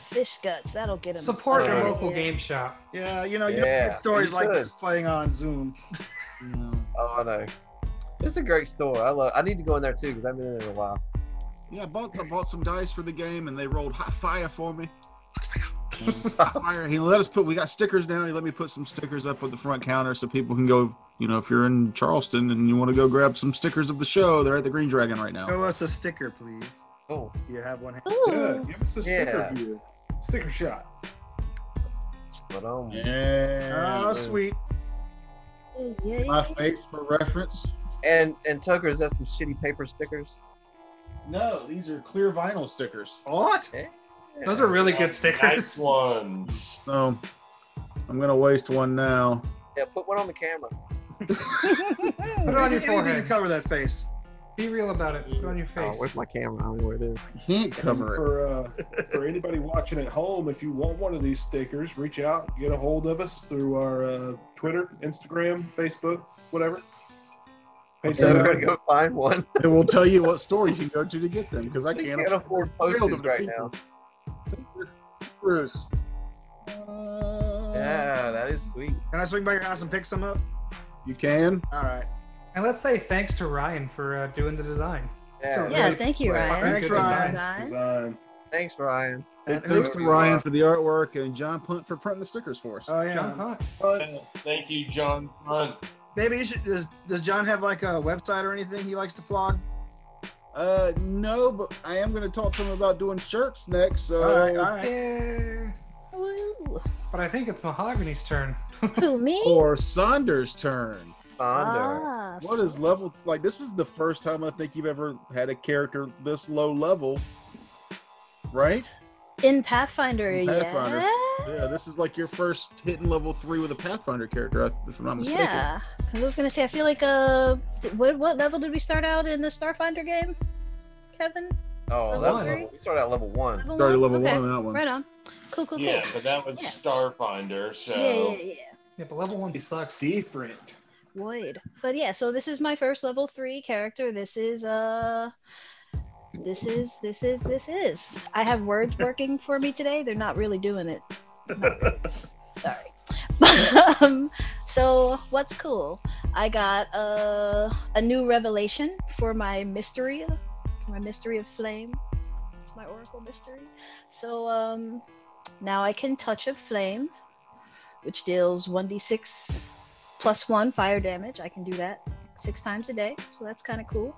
S8: fish guts. That'll get him.
S3: Support your
S5: Yeah.
S3: local game shop.
S6: yeah. You know, you
S5: Yeah,
S6: don't get stories
S5: you
S6: like
S5: should.
S6: this playing on Zoom.
S7: You know.
S5: Oh, I know. It's a great store. I love. I need to go in there too because I've been in there in a while.
S7: Yeah, I bought I bought some dice for the game and they rolled hot fire for me. Hot fire. He let us put. We got stickers now. He let me put some stickers up at the front counter so people can go. You know, if you're in Charleston and you want to go grab some stickers of the show, they're at the Green Dragon right now.
S6: Show us a sticker, please.
S5: Oh,
S6: You have one. hand.
S2: Good.
S8: Ooh.
S2: Give us a sticker
S5: Yeah.
S2: view. Sticker shot.
S5: but um,
S7: Yeah.
S6: Oh, sweet.
S8: Yeah,
S7: Ah, My
S8: yeah.
S7: face for reference.
S5: and and Tucker, is that some shitty paper stickers?
S7: No, these are clear vinyl stickers.
S6: What?
S3: Those are really good
S9: Nice
S3: stickers.
S9: ones.
S7: So I'm gonna waste one now.
S5: Yeah, put one on the camera.
S6: Put it on your forehead. Easy to
S3: forehead.
S6: cover that face.
S3: Be real about it. Put it on your
S5: Oh,
S3: face.
S5: where's my camera? I don't know where it is.
S7: Can't
S2: And
S7: cover it.
S2: for uh, for anybody watching at home, if you want one of these stickers, reach out, get a hold of us through our uh, Twitter, Instagram, Facebook, whatever. Hey,
S5: So
S2: Taylor,
S5: we're gonna go find one.
S7: It will tell you what store you can go to to get them because I
S5: We
S7: can't.
S5: can't afford
S7: mailed
S5: postage
S7: them to
S5: right now.
S7: people. Bruce.
S5: Yeah, that is sweet.
S6: Can I swing by your house and pick some up?
S7: You can.
S6: All right.
S3: And let's say thanks to Ryan for uh, doing the design.
S5: Yeah,
S3: a-
S8: yeah, thank you, Ryan.
S6: Thanks,
S8: Good
S6: Ryan.
S8: design.
S2: design.
S5: thanks, Ryan.
S6: And who-
S7: Thanks to Ryan for the artwork and John Punt for printing the stickers for us.
S6: Oh
S3: John
S6: yeah.
S3: Hunt.
S9: Thank you, John. Hunt.
S6: Maybe you should. Does, does John have like a website or anything he likes to flog?
S7: Uh, no, but I am going to talk to him about doing shirts next. So
S6: All right. All right.
S3: Yeah.
S8: Woo.
S3: But I think it's Mahogany's turn.
S8: Who me?
S7: for Saunders' turn,
S5: Sonder.
S8: Ah,
S7: what is level like? This is the first time I think you've ever had a character this low level, right?
S8: in Pathfinder?
S7: In Pathfinder.
S8: Uh, Yeah.
S7: Yeah, this is like your first hitting level three with a Pathfinder character, if I'm not mistaken.
S8: Yeah, because I was gonna say I feel like uh, d- what what level did we start out in the Starfinder game, Kevin?
S5: Oh,
S8: Level
S5: that was
S3: one.
S5: level. We started at level one.
S8: Level
S7: Started
S8: one?
S7: level
S8: Okay,
S7: one on that one.
S8: Right on. Cool, cool, cool.
S9: Yeah, but that was
S8: Yeah.
S9: Starfinder, so
S8: yeah, yeah, yeah.
S3: Yeah, but level one sucks.
S10: Different.
S8: Would. But yeah, so this is my first level three character. This is uh this is this is this is. I have words working for me today. They're not really doing it. Not good. Sorry. um, so what's cool? I got uh, a new revelation for my mystery, my mystery of flame. It's my oracle mystery. So um, now I can touch of flame, which deals 1d6 plus one fire damage. I can do that six times a day, so that's kind of cool.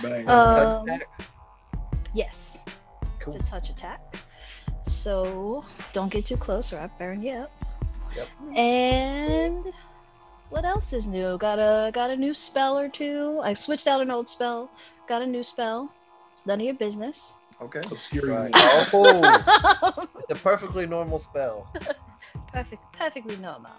S10: Bang.
S8: Um, Yes.
S10: Cool.
S8: It's a touch attack. So don't get too close or I burn you up. Yep. And what else is new? Got a got a new spell or two. I switched out an old spell. Got a new spell. It's none of your business.
S6: Okay.
S2: Obscuring
S10: Right.
S2: light.
S10: Oh, it's a perfectly normal spell.
S8: perfect perfectly normal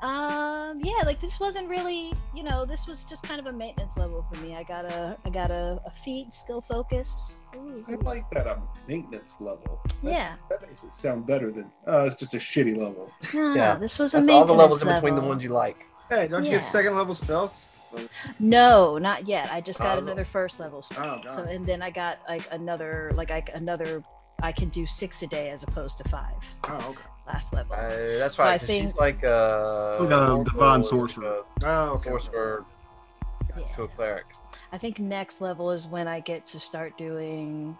S8: um yeah like this wasn't really you know this was just kind of a maintenance level for me i got a i got a, a feat skill focus Ooh,
S10: I like that on maintenance level. That's-
S8: Yeah.
S10: That makes it sound better than,
S2: uh,
S10: oh, it's just a shitty level.
S8: no,
S10: Yeah,
S8: Ah, this was a
S10: That's all
S8: maintenance
S10: the levels in between the
S8: level.
S10: ones you like.
S6: Hey, don't you
S8: Yeah.
S6: get second level spells? Oh,
S8: no not yet i just got
S10: Oh.
S8: another first level spell
S6: Oh
S8: so
S6: god.
S8: and then i got like another like I, another i can do six a day as opposed to five
S6: Oh, okay.
S8: last level
S10: Uh, that's
S8: So I
S10: right. 'cause she's
S8: think-
S10: like
S5: uh,
S10: a
S7: Like a divine sorcerer.
S6: Oh,
S10: a
S6: okay.
S10: sorcerer
S8: Yeah.
S10: to a cleric.
S8: I think next level is when I get to start doing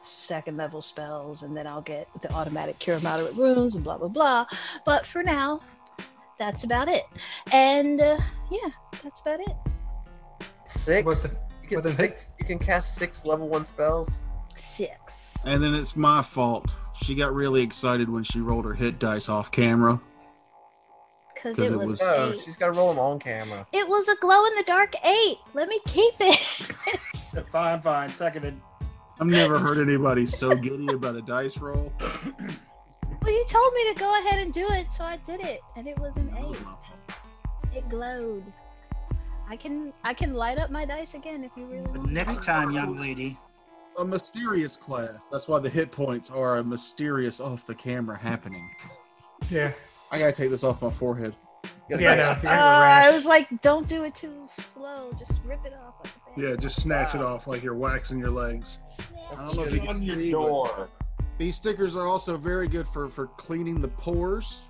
S8: second level spells, and then I'll get the automatic cure moderate wounds and blah blah blah. But for now, that's about it. And uh, yeah, that's about it.
S10: Six.
S3: With the-
S10: you, get
S3: with the-
S10: six you can cast six level one spells.
S8: Six.
S7: And then it's my fault. She got really excited when she rolled her hit dice off camera.
S8: Because
S7: 'Cause
S8: it
S7: it
S8: was.
S7: was-
S10: No,
S5: Oh,
S8: eight.
S10: she's got to roll them on camera.
S8: It was a glow in the dark eight. Let me keep it.
S6: Fine, fine. Seconded.
S7: I've never heard anybody so giddy about a dice roll.
S8: well, you told me to go ahead and do it, so I did it, and it was an
S7: That was
S8: eight.
S7: my fault.
S8: It glowed. I can I can light up my dice again if you really.
S11: But
S8: want me
S11: next
S8: to.
S11: time, young lady,
S7: A mysterious class. That's why the hit points are a mysterious off the camera happening.
S3: Yeah.
S7: I gotta take this off my forehead.
S3: Yeah, no,
S5: You
S3: you're
S5: gotta-
S3: getting a
S8: Uh,
S3: rash.
S8: I was like, don't do it too slow. Just rip it off. Like a
S2: Yeah, just snatch it off like you're waxing your legs.
S8: Snap
S7: I don't know if you
S9: it's
S7: can
S9: on your
S7: see, but-
S9: door.
S7: These stickers are also very good for for cleaning the pores.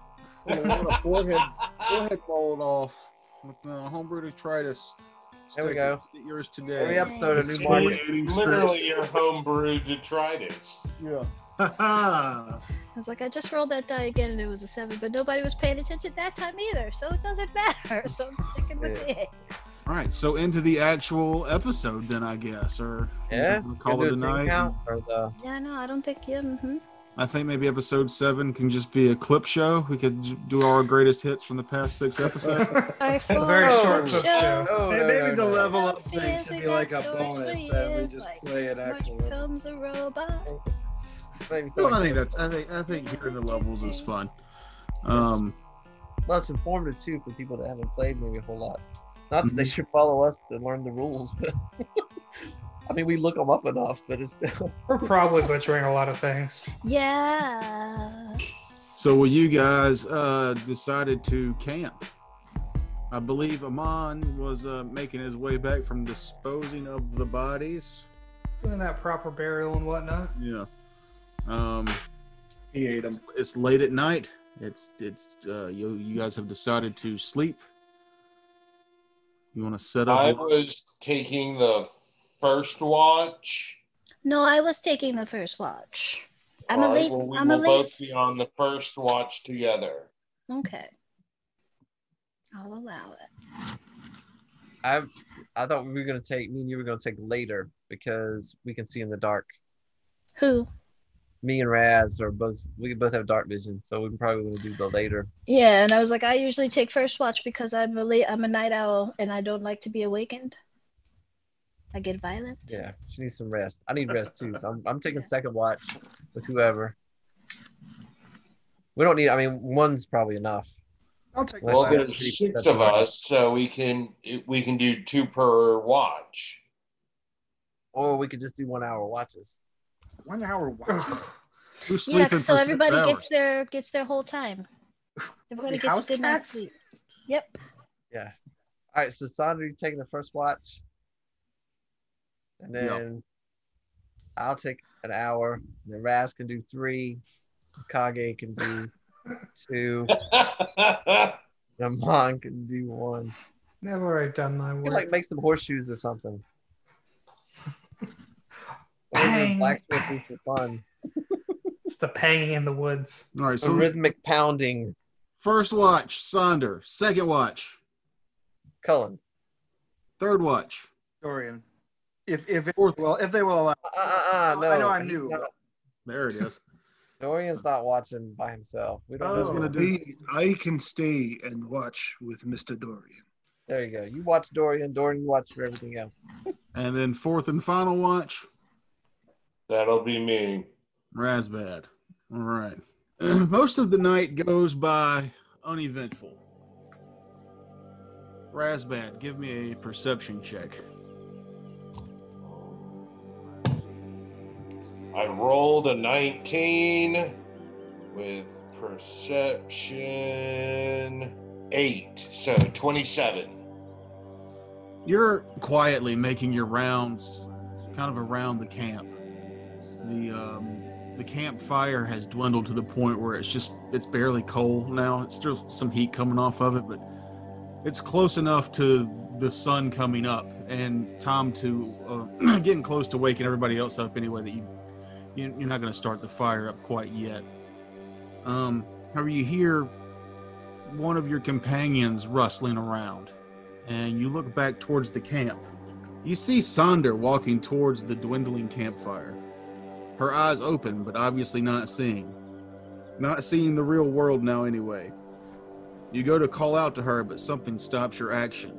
S7: You know, want a forehead forehead mold off with the homebrew detritus.
S10: There we
S7: sticker.
S10: go.
S7: Get yours
S10: Every
S7: today.
S10: episode of
S2: It's
S10: New
S2: really-
S10: Market.
S2: Marketing
S9: Literally
S2: strips.
S9: your homebrew detritus.
S7: Yeah.
S2: Ha
S8: I was like, I just rolled that die again and it was a seven, but nobody was paying attention that time either, so it doesn't matter. So I'm sticking with it.
S7: All right. So into the actual episode, then I guess, or
S5: Yeah,
S7: we'll
S5: Can
S7: call
S5: do
S7: it
S5: a
S7: a
S5: team
S7: night.
S5: count or the
S8: Yeah, no, I don't think. Yeah, mhm.
S7: I think maybe episode seven can just be a clip show. We could j- do our greatest hits from the past six episodes.
S8: I
S3: It's a very
S8: fall.
S3: short clip
S8: show.
S3: show.
S5: no,
S6: Hey,
S5: no,
S6: maybe
S5: no, no.
S6: the level up
S8: Yeah,
S6: thing
S8: we
S6: should be
S8: got
S6: like a
S8: stories for
S6: bonus that we
S8: years,
S6: just
S8: like,
S6: play an
S8: March
S6: actual level.
S8: comes a robot.
S5: Maybe it's
S7: Well, I
S5: like
S7: think that's. I think. I think hearing the levels is fun. Um,
S5: well, it's informative too for people that haven't played maybe a whole lot. Not that they should follow us to learn the rules, but I mean we look them up enough. But it's still
S3: We're probably butchering a lot of things.
S8: Yeah.
S7: so, well, you guys uh, decided to camp. I believe Amon was uh, making his way back from disposing of the bodies.
S3: Doing that proper burial and whatnot.
S7: Yeah. Um,
S10: He ate
S7: it's, it's late at night. It's it's uh, you you guys have decided to sleep. You want to set up?
S9: I
S7: a-
S9: was taking the first watch.
S8: No, I was taking the first watch. I'm
S9: All
S8: a
S9: right,
S8: late.
S9: well, we
S8: I'm a
S9: will
S8: late.
S9: both be on the first watch together.
S8: Okay. I'll allow it.
S5: I I thought we were gonna take me and you were gonna take later because we can see in the dark.
S8: Who?
S5: Me and Raz are both we can both have dark vision, so we can probably want to do the later.
S8: Yeah, and I was like, I usually take first watch because I'm a late, I'm a night owl, and I don't like to be awakened. I get violent.
S5: Yeah, she needs some rest. I need rest too. So I'm I'm taking
S8: Yeah.
S5: second watch with whoever. We don't need. I mean, one's probably enough.
S6: I'll take
S5: Well,
S9: Well,
S5: that's
S6: that.
S5: pretty-
S9: there's six
S5: that's
S9: of
S5: pretty-
S9: us, so we can we can do two per watch.
S5: or we could just do one hour watches.
S6: One hour watch.
S7: Who's
S8: Yeah,
S7: sleeping
S8: so
S7: for
S8: everybody
S7: six
S8: gets
S7: hours?
S8: their gets their whole time. Everybody
S6: The
S8: gets
S6: house
S8: a good night's
S6: cats?
S8: sleep. Yep.
S5: Yeah. All right. So Sandra, you taking the first watch, and
S7: Yeah.
S5: then I'll take an hour. And then Raz can do three. Kage can do two. And Amon can do one.
S3: I've already done my
S5: You can,
S3: work.
S5: like make some horseshoes or something. Or
S3: Bang,
S5: even blacksmith do for fun.
S3: It's the panging in the woods.
S7: All right,
S5: A
S7: so
S5: rhythmic pounding.
S7: first watch, Sonder. Second watch,
S5: Cullen.
S7: third watch.
S6: Dorian. If if it,
S7: Fourth.
S6: well if they will allow
S5: Uh, uh, uh, no.
S6: Oh, I know I'm
S5: he's
S6: new.
S5: not-
S7: There it is.
S5: Dorian's not watching by himself. We don't.
S7: I was
S5: know.
S7: gonna do-
S2: Me, Oh, I can stay and watch with Mr. Dorian.
S5: There you go. You watch Dorian. Dorian, you watch for everything else.
S7: And then fourth and final watch,
S9: That'll be me.
S7: Razbad. All right. Most of the night goes by uneventful. Razbad, give me a perception check.
S9: I rolled a 19 with perception 8, so 27.
S7: You're quietly making your rounds, kind of around the camp. The um, the campfire has dwindled to the point where it's just it's barely coal now. It's still some heat coming off of it, but it's close enough to the sun coming up and time to uh, getting close to waking everybody else up anyway. That you you- you're not going to start the fire up quite yet. Um, however, you hear one of your companions rustling around and you look back towards the camp. You see Sonder walking towards the dwindling campfire. Her eyes open, but obviously not seeing. Not seeing the real world now, anyway. You go to call out to her, but something stops your action.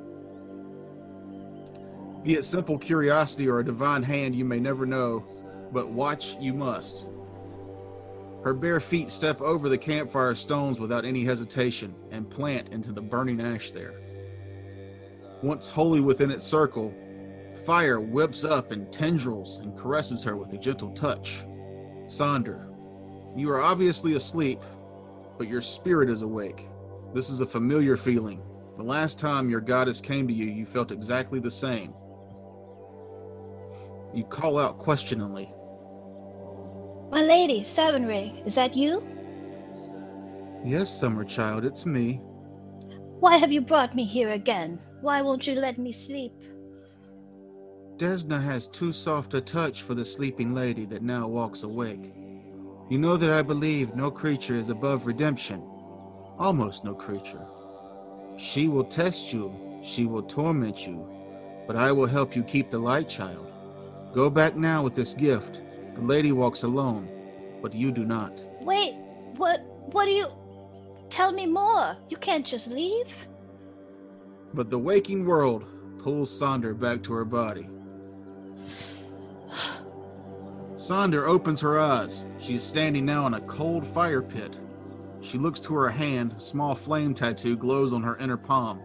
S7: Be it simple curiosity or a divine hand, you may never know, but watch you must. Her bare feet step over the campfire stones without any hesitation and plant into the burning ash there once wholly within its circle, fire whips up and tendrils and caresses her with a gentle touch. Sonder, you are obviously asleep, but your spirit is awake. This is a familiar feeling. The last time your goddess came to you, you felt exactly the same. You call out questioningly.
S8: My lady, Seven Ray, is that you?
S7: Yes, summer child, it's me.
S8: Why have you brought me here again? Why won't you let me sleep?
S7: Desna has too soft a touch for the sleeping lady that now walks awake. You know that I believe no creature is above redemption. Almost no creature. She will test you, she will torment you, but I will help you keep the light, child. Go back now with this gift. The lady walks alone, but you do not.
S8: Wait, what what do you tell me more? You can't just leave?
S7: But the waking world pulls Sonder back to her body. Sonder opens her eyes. She is standing now in a cold fire pit. She looks to her hand, a small flame tattoo glows on her inner palm.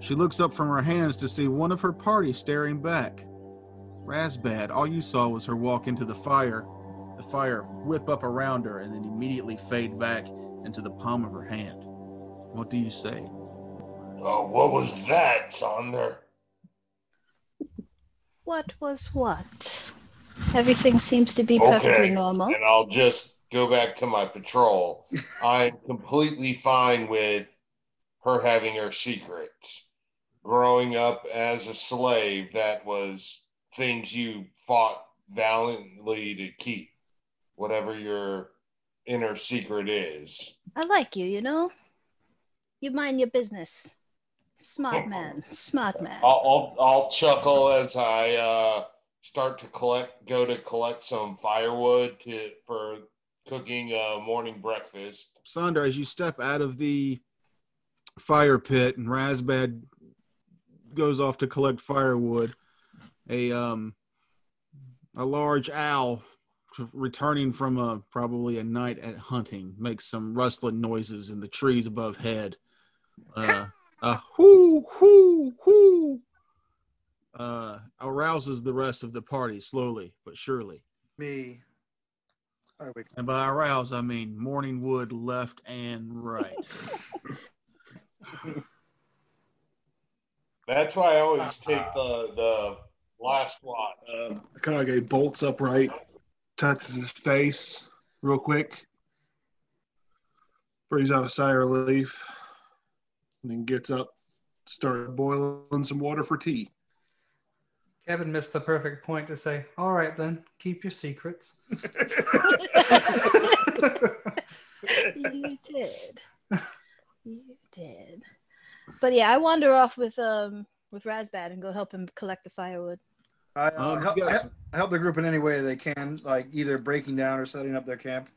S7: She looks up from her hands to see one of her party staring back. Razbad, all you saw was her walk into the fire, the fire whip up around her, and then immediately fade back into the palm of her hand. What do you say?
S9: Oh, what was that, Sonder?
S8: What was what? Everything seems to be perfectly
S9: Okay,
S8: normal.
S9: And I'll just go back to my patrol. I'm completely fine with her having her secrets. Growing up as a slave, that was things you fought valiantly to keep, whatever your inner secret is.
S8: I like you, you know? You mind your business.
S5: Oh.
S8: Smart man, smart man.
S9: I'll, I'll, I'll chuckle as I uh, start to collect, go to collect some firewood to for cooking uh, morning breakfast.
S7: Sonder, as you step out of the fire pit and Razbad goes off to collect firewood, a um a large owl returning from a probably a night at hunting makes some rustling noises in the trees above head. Uh, a hoo hoo hoo uh, arouses the rest of the party slowly but surely.
S6: me. I would.
S7: And by arouse, I mean morning wood left and right.
S9: That's why I always take the the last lot.
S2: Uh, Kage bolts upright, touches his face real quick, breathes out a sigh of relief, and then gets up, start boiling some water for tea.
S3: Kevin missed the perfect point to say, "All right, then, keep your secrets."
S8: you did. You did. But yeah, I wander off with um with Razbad and go help him collect the firewood.
S6: I, uh,
S7: Um,
S6: help,
S7: you guys-
S6: I help the group in any way they can, like either breaking down or setting up their camp.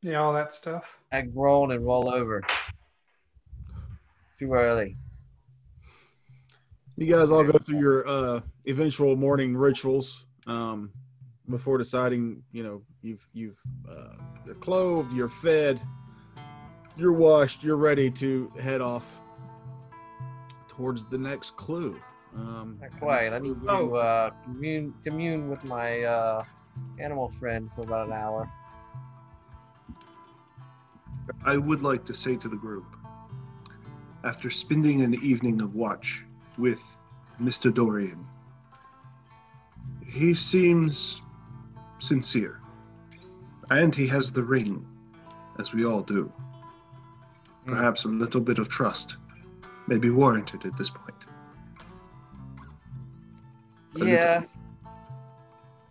S3: yeah, all that stuff.
S5: I groan and roll over. Too early.
S7: You guys all go through your uh, eventual morning rituals um, before deciding. You know, you've you've uh, you're clothed, you're fed, you're washed, you're ready to head off towards the next clue. Um,
S5: Not quite. I need
S7: Oh.
S5: to uh, commune, commune with my uh, animal friend for about an hour.
S2: I would like to say to the group after spending an evening of watch with Mr. Dorian, he seems sincere. And he has the ring, as we all do. Perhaps a little bit of trust may be warranted at this point. little.
S5: Yeah.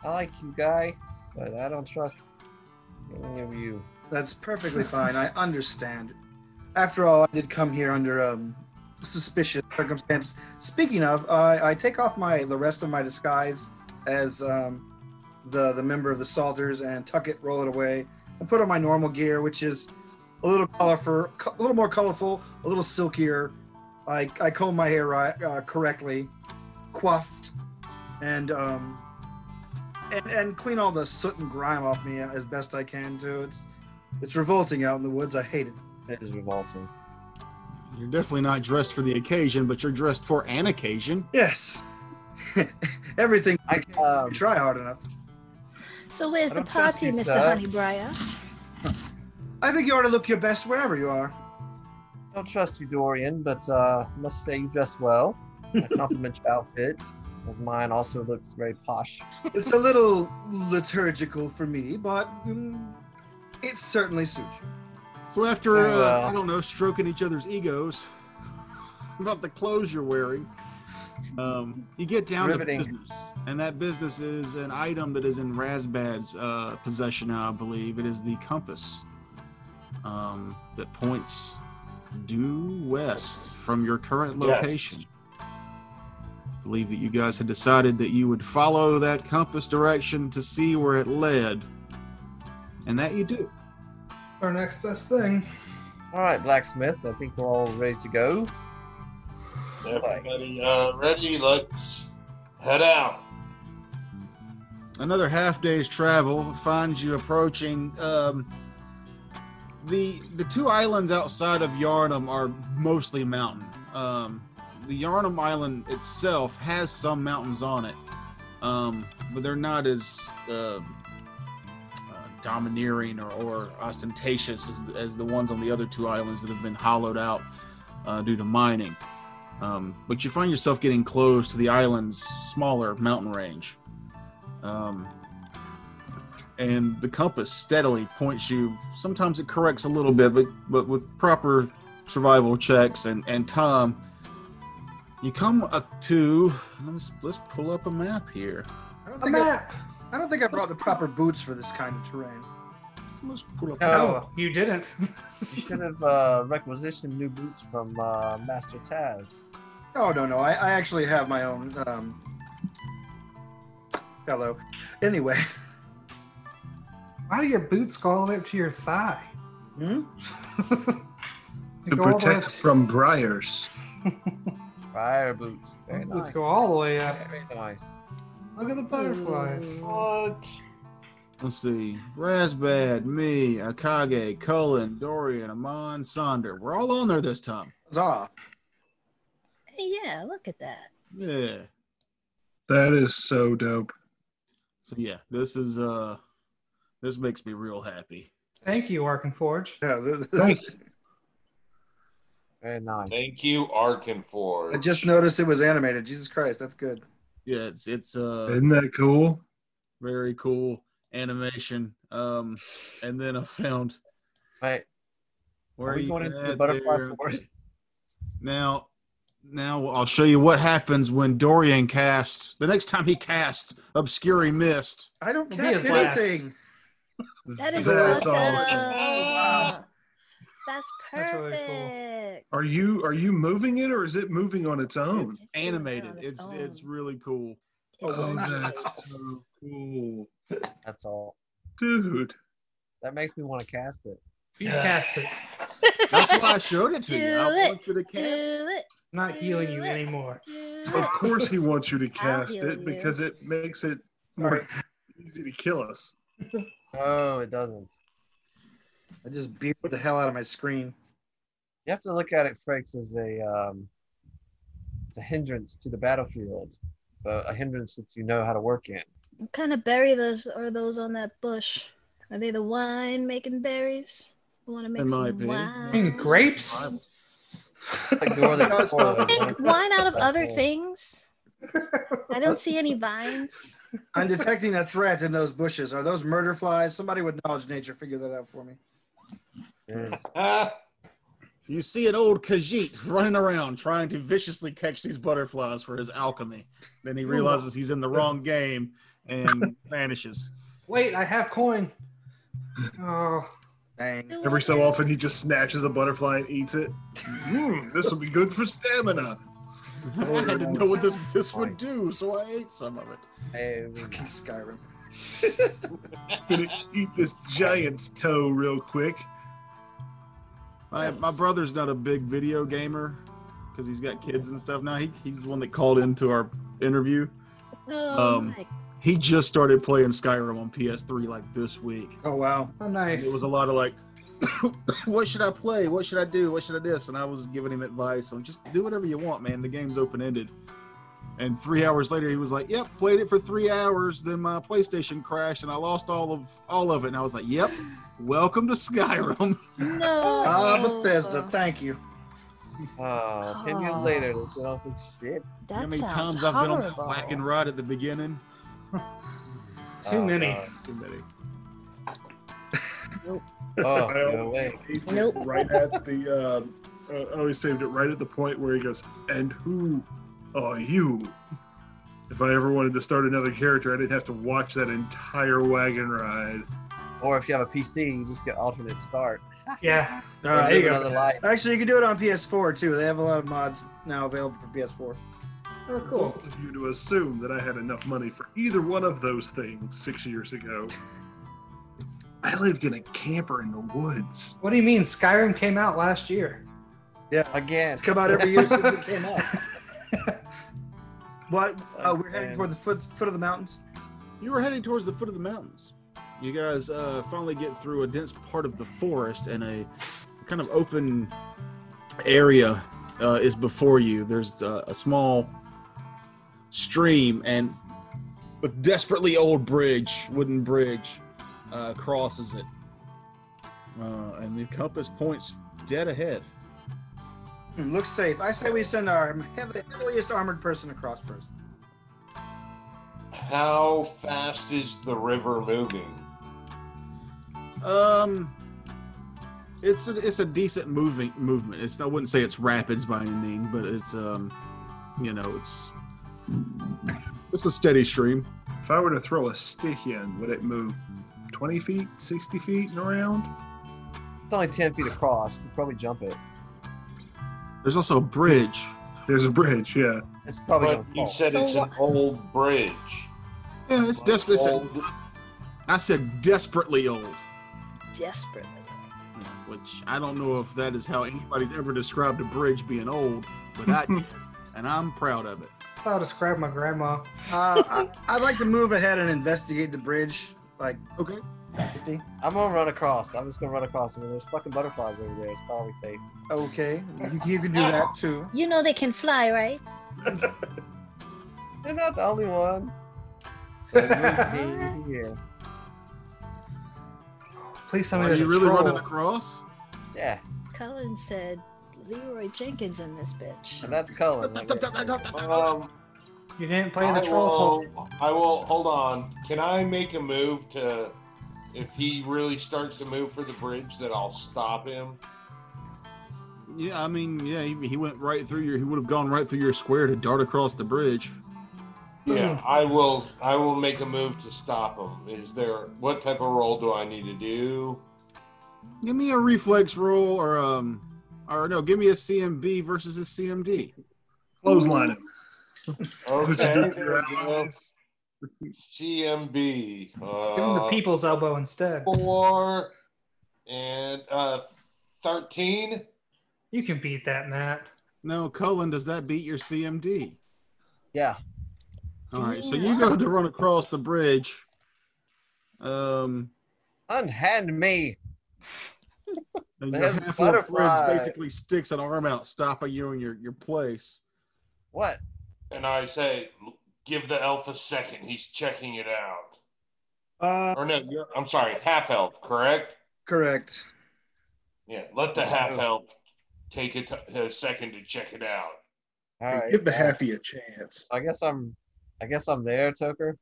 S5: I like you, guy, but I don't trust any of you.
S6: That's perfectly fine. I understand. After all, I did come here under um, suspicious circumstance. Speaking of, I I take off my the rest of my disguise as um, the the member of the Salters and tuck it, roll it away, and put on my normal gear, which is a little colorful, co- a little more colorful, a little silkier. I I comb my hair right, uh, correctly, coiffed, and um, and and clean all the soot and grime off me as best I can. Too. It's it's revolting out in the woods. I hate it.
S5: It is revolting.
S7: You're definitely not dressed for the occasion, but you're dressed for an occasion.
S6: Yes. Everything
S5: I, um,
S6: you try hard enough.
S8: So where's
S5: I
S8: the
S5: don't trust
S8: party,
S5: you,
S8: Mr.
S5: sir.
S8: Honeybriar?
S6: I think you ought to look your best wherever you are.
S5: don't trust you, Dorian, but uh, must say you dress well. I compliment your outfit, as mine also looks very posh.
S6: It's a little liturgical for me, but mm, it certainly suits you.
S7: So after
S5: Oh,
S7: uh,
S5: well.
S7: I don't know, stroking each other's egos about the clothes you're wearing, um, you get down
S5: Riveting.
S7: to business, and that business is an item that is in Razbad's uh, possession now, I believe. It is the compass um, that points due west from your current
S9: Yeah.
S7: location. I believe that you guys had decided that you would follow that compass direction to see where it led, and that you do.
S3: Our next best thing.
S5: All right, blacksmith. I think we're all ready to go.
S9: Everybody uh, ready? Let's head out.
S7: another half day's travel finds you approaching um, the the two islands outside of Yarnum are mostly mountain. Um, the Yarnum Island itself has some mountains on it, um, but they're not as uh, uh, domineering or, or ostentatious as, as the ones on the other two islands that have been hollowed out uh, due to mining. Um, but you find yourself getting close to the island's smaller mountain range. Um, and the compass steadily points you. Sometimes it corrects a little bit, but but with proper survival checks and and time, you come up to. Let's let's pull up a map here.
S6: I don't
S3: A
S6: think I,
S3: map.
S6: I don't think I brought the proper boots for this kind of terrain.
S7: Let's pull up.
S3: No, Oh, you didn't.
S5: You should have uh, requisitioned new boots from uh, Master Taz.
S6: Oh no no, I, I actually have my own um fellow. Anyway.
S3: Why do your boots go all the way up to your thigh?
S6: Hmm?
S3: They
S2: To
S3: go all the way up
S2: protect from briars.
S5: Fire boots. Very
S3: Those
S5: nice.
S3: boots go all the way up.
S5: Very nice.
S3: Look at the butterflies.
S9: What?
S7: Let's see. Razbad, me, Akage, Cullen, Dorian, Amon, Sonder. We're all on there this time.
S6: Zah.
S8: Hey, yeah, look at that.
S7: Yeah.
S2: That is so dope.
S7: So yeah, this is uh This makes me real happy.
S3: Thank you, Arkenforge.
S6: Yeah,
S5: Very nice.
S9: Thank you, Arkenford.
S6: I just noticed it was animated. Jesus Christ, that's good.
S7: Yeah, it's it's uh
S2: Isn't that cool?
S7: very cool animation. Um, and then I found
S5: Wait,
S7: where
S5: are we going into the
S7: at
S5: butterfly
S7: there?
S5: forest?
S7: Now, now I'll show you what happens when Dorian casts the next time he casts Obscuring Mist.
S6: I don't
S3: Be
S6: cast
S3: his last.
S6: anything.
S8: That is
S2: That's
S8: awesome.
S2: awesome.
S8: That's
S3: Oh, That's really
S8: perfect.
S3: cool.
S2: Are you are you moving it or is it moving on its own?
S7: It's animated. It's it's really cool.
S2: Oh, that's so cool,
S5: That's all.
S2: dude.
S5: That makes me want to cast it.
S3: You cast it.
S7: That's why I showed it to you.
S8: Do
S7: I
S8: it.
S7: want you to
S8: Do
S7: cast.
S8: it.
S3: I'm not healing you anymore.
S8: Do
S2: Of
S7: Oh.
S8: it.
S2: course, he wants you to cast
S8: heal
S2: it
S8: you.
S2: because it makes it more easy to kill us.
S5: Oh, it doesn't.
S6: I just beat the hell out of my screen.
S5: You have to look at it, Frakes, as a um, it's a hindrance to the battlefield, but a hindrance that you know how to work in.
S8: kind of berry those are those on that bush? Are they the wine making berries? I want to make
S7: In my
S8: some
S7: opinion,
S8: wine.
S3: I mean, grapes?
S5: It's like the Northern
S6: That's
S5: Forest.
S8: Make wine out of other
S5: Cool.
S8: things. I don't see any vines.
S6: I'm detecting a threat in those bushes. Are those murder flies? Somebody with knowledge nature figure that out for me.
S5: Yes.
S9: Ah,
S7: You see an old Khajiit running around trying to viciously catch these butterflies for his alchemy. Then he realizes he's in the wrong game and vanishes.
S3: Wait, I have coin. Oh,
S6: Dang.
S2: Every so often, he just snatches a butterfly and eats it. Mm, this will be good for stamina.
S7: I didn't know what this this would do, so I ate some of it.
S5: Hey,
S6: Fucking Skyrim.
S2: Gonna eat this giant's toe real quick.
S7: My, my brother's not a big video gamer because he's got kids and stuff now. He, he's the one that called into our interview.
S8: Oh
S7: Um,
S8: my
S7: He just started playing Skyrim on PS3 like this week.
S6: Oh wow.
S3: how
S7: And
S3: nice.
S7: it was a lot of like, what should I play? What should I do? What should I this? And I was giving him advice on just do whatever you want, man. The game's open ended. And three hours later, he was like, "Yep, played it for three hours. Then my PlayStation crashed, and I lost all of all of it." And I was like, "Yep, welcome to Skyrim."
S8: no.
S6: Ah, Bethesda. Thank you.
S5: oh, ten years
S8: Aw.
S5: later, this went off as shit.
S8: That
S7: you know how many
S8: sounds
S7: times
S8: horrible.
S7: I've been on that wagon ride at the beginning?
S3: Too
S5: Oh,
S3: many.
S5: God.
S7: Too many.
S5: Oh,
S2: I
S5: no
S2: always,
S5: way.
S2: saved it
S8: Nope.
S2: right at the, uh, I always saved it right at the point where he goes, "And who are you?" If I ever wanted to start another character, I didn't have to watch that entire wagon ride.
S5: Or if you have a PC, you just get alternate start.
S3: yeah.
S6: Uh,
S3: there you go.
S5: another life.
S6: actually, you can do it on PS4 too. They have a lot of mods now available for PS4.
S3: Oh,
S2: Cool of you to assume that I had enough money for either one of those things six years ago. I lived in a camper in the woods.
S3: What do you mean? Skyrim came out last year.
S5: Again.
S6: It's come out every year since it came out. What? Uh, we're heading
S5: Man.
S6: toward the foot foot of the mountains.
S7: You were heading towards the foot of the mountains. You guys uh, finally get through a dense part of the forest, and a kind of open area uh, is before you. There's uh, a small stream and a desperately old bridge, wooden bridge, uh, crosses it. Uh, and the compass points dead ahead.
S6: Hmm, looks safe. I say we send our heavy, heaviest armored person across first.
S9: How fast is the river moving?
S7: Um, it's a, it's a decent moving movement. It's I wouldn't say it's rapids by any means, but it's um, you know, it's it's a steady stream.
S2: If I were to throw a stick in, would it move 20 feet, 60 feet and around?
S5: It's only 10 feet across. You probably jump it.
S7: There's also a bridge.
S2: There's a bridge, yeah.
S5: It's probably going
S9: But
S5: to
S9: you
S5: fall.
S9: said
S8: So
S9: it's an
S8: what-
S9: old bridge.
S7: Yeah, it's desperate. it's a-
S9: Old-
S7: I said desperately old,
S8: Desperately.
S7: which I don't know if that is how anybody's ever described a bridge being old, but I did, and I'm proud of it.
S3: That's how I describe my grandma.
S6: Uh, I, I'd like to move ahead and investigate the bridge. Like,
S7: Okay.
S5: I'm going to run across. I'm just going to run across. I mean, there's fucking butterflies over there. It's probably safe.
S6: okay, you, you can do that too.
S8: You know they can fly, right?
S5: They're not the only ones. So you need to be here.
S3: Please tell me
S7: Are
S3: there's
S7: you
S3: a
S7: really
S3: troll.
S7: running across?
S10: Yeah,
S8: Cullen said Leroy Jenkins in this bitch.
S10: and that's Cullen. right there.
S9: Um,
S3: You didn't play the
S9: I
S3: troll toll.
S9: will- I will hold on. Can I make a move to if he really starts to move for the bridge that I'll stop him?
S7: Yeah, I mean, yeah, he, he went right through your. He would have gone right through your square to dart across the bridge.
S3: Hmm.
S9: Yeah, I will I will make a move to stop him. Is there what type of roll do I need to do?
S7: Give me a reflex roll, or um, or no, give me a CMB versus a CMD.
S2: Clothesline him. That's what
S9: Okay,
S2: you do to
S9: there
S2: your
S9: we go.
S2: allies.
S9: CMB.
S3: Give him the
S9: uh,
S3: people's elbow instead.
S9: Four and uh, thirteen.
S3: You can beat that, Matt.
S7: No, Cullen, does that beat your CMD?
S10: yeah.
S7: All right, so you go to run across the bridge. Um,
S10: Unhand me.
S7: and your
S10: There's
S7: half orc friends
S10: butterfly.
S7: basically sticks an arm out, stopping you in your, your place.
S10: What?
S9: And I say, give the elf a second. He's checking it out.
S6: Uh,
S9: Or no, you're, I'm sorry, half elf, correct?
S6: correct.
S9: Yeah, let the half elf take a, t- a second to check it out.
S5: All right.
S2: Give the
S5: uh,
S2: halfie a chance.
S5: I guess I'm. I guess I'm there, Toker.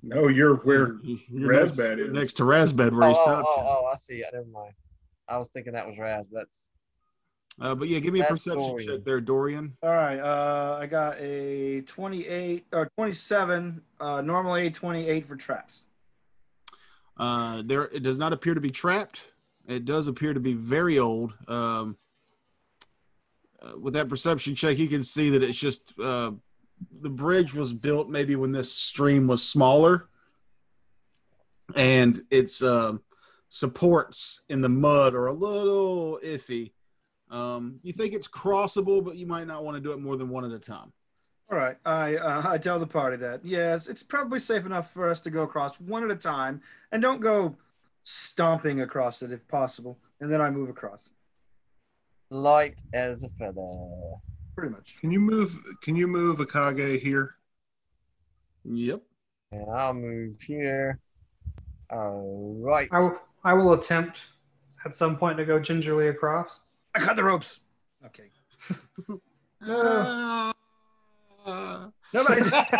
S2: No, you're where
S7: You're next,
S2: Razbad
S7: you're
S2: is.
S7: next to Razbad, where
S5: Oh,
S7: he
S5: oh,
S7: stopped. you.
S5: oh, oh, I see. I Never mind. I was thinking that was Raz. That's
S7: Uh, but yeah, give me a
S5: That's
S7: perception
S5: Dorian.
S7: check there, Dorian.
S6: All right. Uh, I got a 28 or 27. Uh, normally 28 for traps.
S7: Uh, there, it does not appear to be trapped. It does appear to be very old. Um, uh, with that perception check, you can see that it's just uh, the bridge was built maybe when this stream was smaller, and its um supports in the mud are a little iffy. Um, you think it's crossable, but you might not want to do it more than one at a time.
S6: All right. I uh, I tell the party that yes, it's probably safe enough for us to go across one at a time, and don't go stomping across it if possible. And then I move across,
S10: Light as a feather.
S6: pretty much.
S2: Can you move? Can you move Akage here?
S7: Yep.
S5: and I'll move here. All right.
S3: I will, I will attempt at some point to go gingerly across.
S6: I cut the ropes. Okay.
S7: Uh,
S6: Nobody.
S2: That's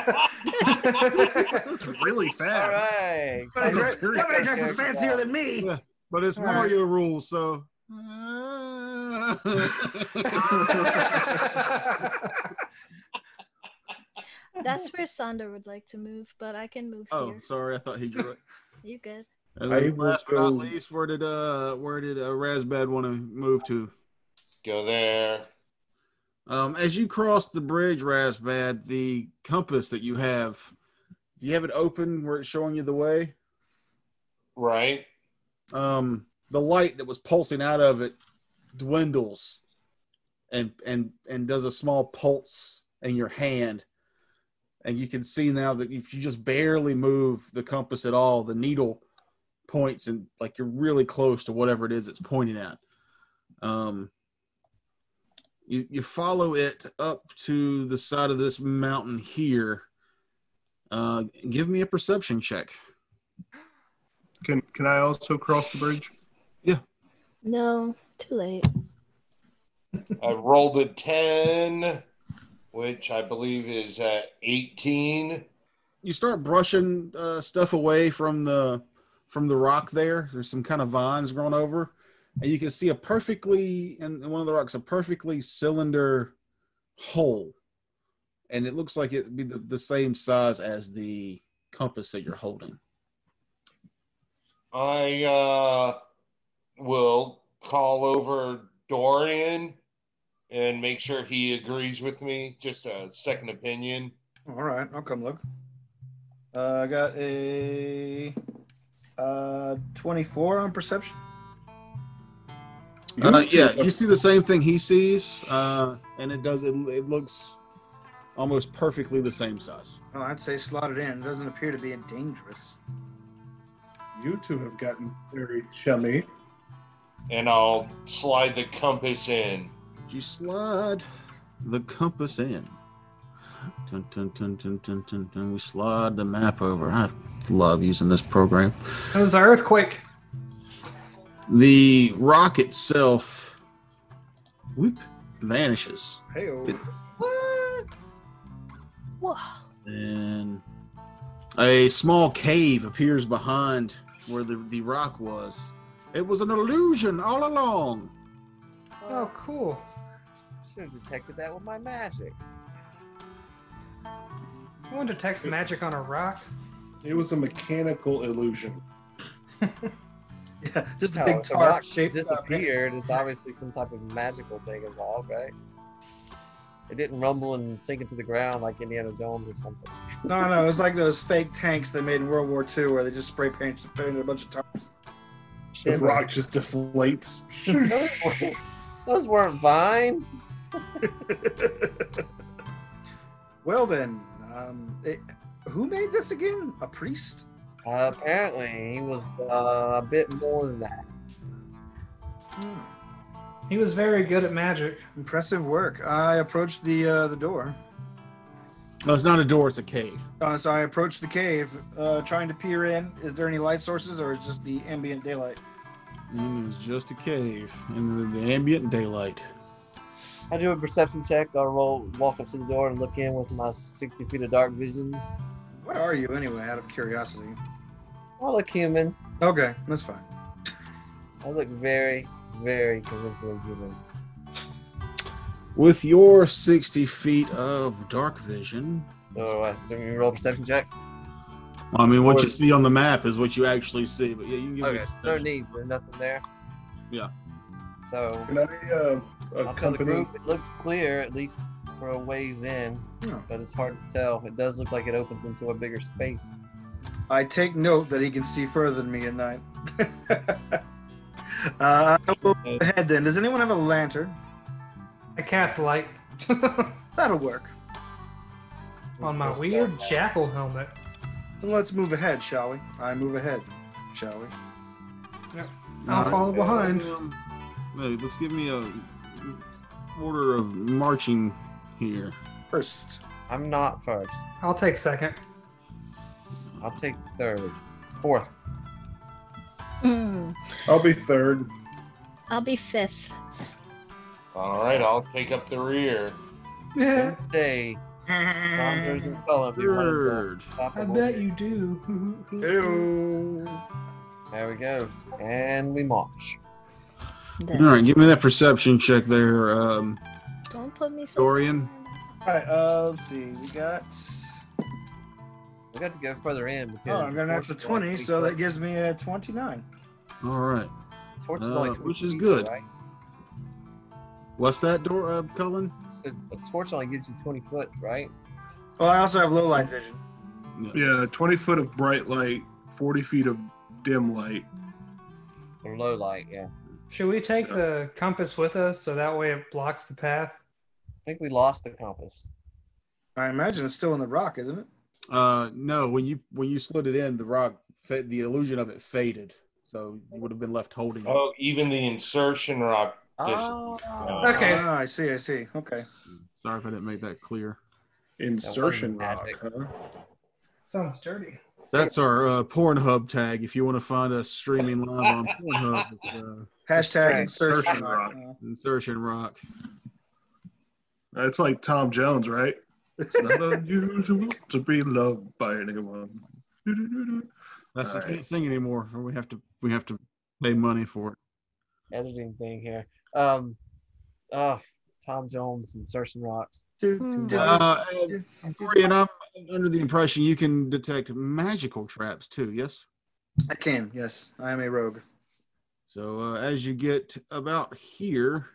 S2: really
S5: All
S2: fast.
S5: right.
S2: That's a
S6: nobody
S2: very
S6: nobody
S2: fast
S6: dresses
S2: character.
S6: fancier than me.
S7: But it's
S6: All right.
S7: Mario rules, so.
S8: That's where Sonda would like to move, but I can move
S7: oh,
S8: here.
S7: sorry, I thought he drew it.
S8: You good?
S7: And
S2: I
S7: then
S2: will
S7: last but not
S2: go-
S7: least, where did uh where did uh, Razbad want to move to?
S9: Go there.
S7: Um, as you cross the bridge, Razbad, the compass that you have, you have it open where it's showing you the way.
S9: Right?
S7: um, the light that was pulsing out of it dwindles and and and does a small pulse in your hand and you can see now that if you just barely move the compass at all the needle points and like you're really close to whatever it is it's pointing at um you you follow it up to the side of this mountain here uh give me a perception check
S2: Can Can I also cross the bridge?
S8: No, too late.
S9: I rolled a 10, which I believe is uh, 18.
S7: you start brushing uh, stuff away from the from the rock there there's some kind of vines growing over and you can see a perfectly and one of the rocks a perfectly cylinder hole and it looks like it'd be the, the same size as the compass that you're holding
S9: I uh, will call over Dorian and make sure he agrees with me. Just a second opinion.
S6: All right, I'll come look. Uh, I got a uh, 24 on perception.
S7: Uh, yeah you see the same thing he sees uh, and it does it, it looks almost perfectly the same size
S6: Well, I'd say slot it in. It doesn't appear to be dangerous.
S2: You two have gotten very chummy.
S9: And I'll slide the compass in.
S7: You slide the compass in. Dun, dun, dun, dun, dun, dun, dun. We slide the map over. I love using this program.
S3: It was an earthquake.
S4: The rock itself whoop, vanishes.
S6: Hey,
S8: Whoa.
S4: And a small cave appears behind where the, the rock was. It was an illusion all along.
S3: Oh, cool.
S5: Should have detected that with my magic.
S3: Someone detects magic on a rock.
S2: It was a mechanical illusion.
S6: yeah, just a
S5: No,
S6: big
S5: the rock
S6: tarp shaped up.
S5: disappeared. It's obviously some type of magical thing involved, right? It didn't rumble and sink into the ground like Indiana Jones or something.
S6: No, no, it was like those fake tanks they made in World War II where they just spray painted, painted a bunch of tarps.
S2: The rock just deflates.
S5: Those weren't- Those weren't vines.
S6: Well then, um, it, who made this again? A priest?
S5: Uh, apparently, he was uh, a bit more than that.
S6: Hmm.
S3: He was very good at magic.
S6: Impressive work. I approached the uh, the door.
S4: No, it's not a door, it's a cave.
S6: Uh, so I approached the cave, uh, trying to peer in. Is there any light sources, or is just the ambient daylight?
S7: And it was just a cave in the, the ambient daylight.
S5: I do a perception check. I roll, walk up to the door, and look in with my 60 feet of dark vision.
S6: What are you anyway? Out of curiosity.
S5: I look human.
S6: Okay, that's fine.
S5: I look very, very convincingly human.
S4: With your 60 feet of dark vision,
S5: So, uh, do you roll a perception check?
S7: I mean, what you
S5: Or-
S7: see on the map is what you actually see, but yeah, you can give
S5: Okay,
S7: it.
S5: no need. There's nothing there.
S7: Yeah.
S5: So,
S2: Can I uh,
S5: I tell the
S2: accompany?
S5: group it looks clear, at least for a ways in,
S6: Yeah.
S5: but it's hard to tell. It does look like it opens into a bigger space.
S6: I take note that he can see further than me at night. uh, I will go ahead then. Does anyone have a lantern?
S3: I cast light
S6: That'll work.
S3: on my weird jackal helmet.
S6: Then let's move ahead, shall we? I move ahead, shall we?
S3: I'll follow behind.
S7: Um, wait, let's give me a order of marching here.
S6: First.
S5: I'm not first.
S3: I'll take second.
S5: I'll take third, fourth.
S8: Mm,
S2: I'll be third.
S8: I'll be fifth.
S9: All right, I'll take up the rear.
S3: Yeah,
S5: Day. Saunders and Cullen. be running for
S7: Third.
S5: top
S3: I
S5: of
S3: bet
S5: order.
S3: you do.
S6: Ew.
S5: There we go, and we march.
S8: Then.
S7: All right, give me that perception check there, um,
S8: Don't put me so
S7: Dorian.
S6: All right. Uh, let's see. We got.
S5: We got to go further in because
S6: Oh, I got an extra
S5: torches are like
S6: twenty,
S5: three
S6: so that
S5: foot-
S6: gives me a twenty-nine.
S7: All right.
S5: torches are
S7: uh,
S5: like three
S7: which is
S5: feet,
S7: good.
S5: Right?
S7: What's that door, uh, Cullen?
S5: So a torch only gives you twenty foot, right?
S6: Well, I also have low light vision.
S2: Yeah, 20 foot of bright light, 40 feet of dim light.
S5: Or low light, yeah.
S3: Should we take the compass with us so that way it blocks the path?
S5: I think we lost the compass.
S6: I imagine it's still in the rock, isn't it?
S7: Uh, no. When you when you slid it in, the rock, fa- the illusion of it faded, so you would have been left holding. it.
S9: Oh, even the insertion rock.
S5: Oh,
S3: Okay.
S6: Ah, I see. I see. Okay.
S7: Sorry if I didn't make that clear.
S2: Insertion rock,
S5: magic.
S2: huh?
S3: Sounds dirty.
S7: That's our uh, Pornhub tag. If you want to find us streaming live on Pornhub, it's, uh,
S6: Hashtag
S5: Right.
S6: insertion
S2: Insertion
S6: rock.
S7: Insertion Rock.
S2: It's like Tom Jones, right? It's not unusual to be loved by anyone. Do-do-do-do.
S7: That's I
S2: All
S7: can't
S2: right.
S7: sing anymore. or We have to we have to pay money for it.
S5: editing thing here. Um, oh, Tom Jones and Certain Rocks.
S3: Hmm.
S6: Do- do-
S7: Uh, and Dorian, I'm under the impression you can detect magical traps too. Yes.
S6: I can. Yes, I am a rogue.
S7: So uh, as you get about here,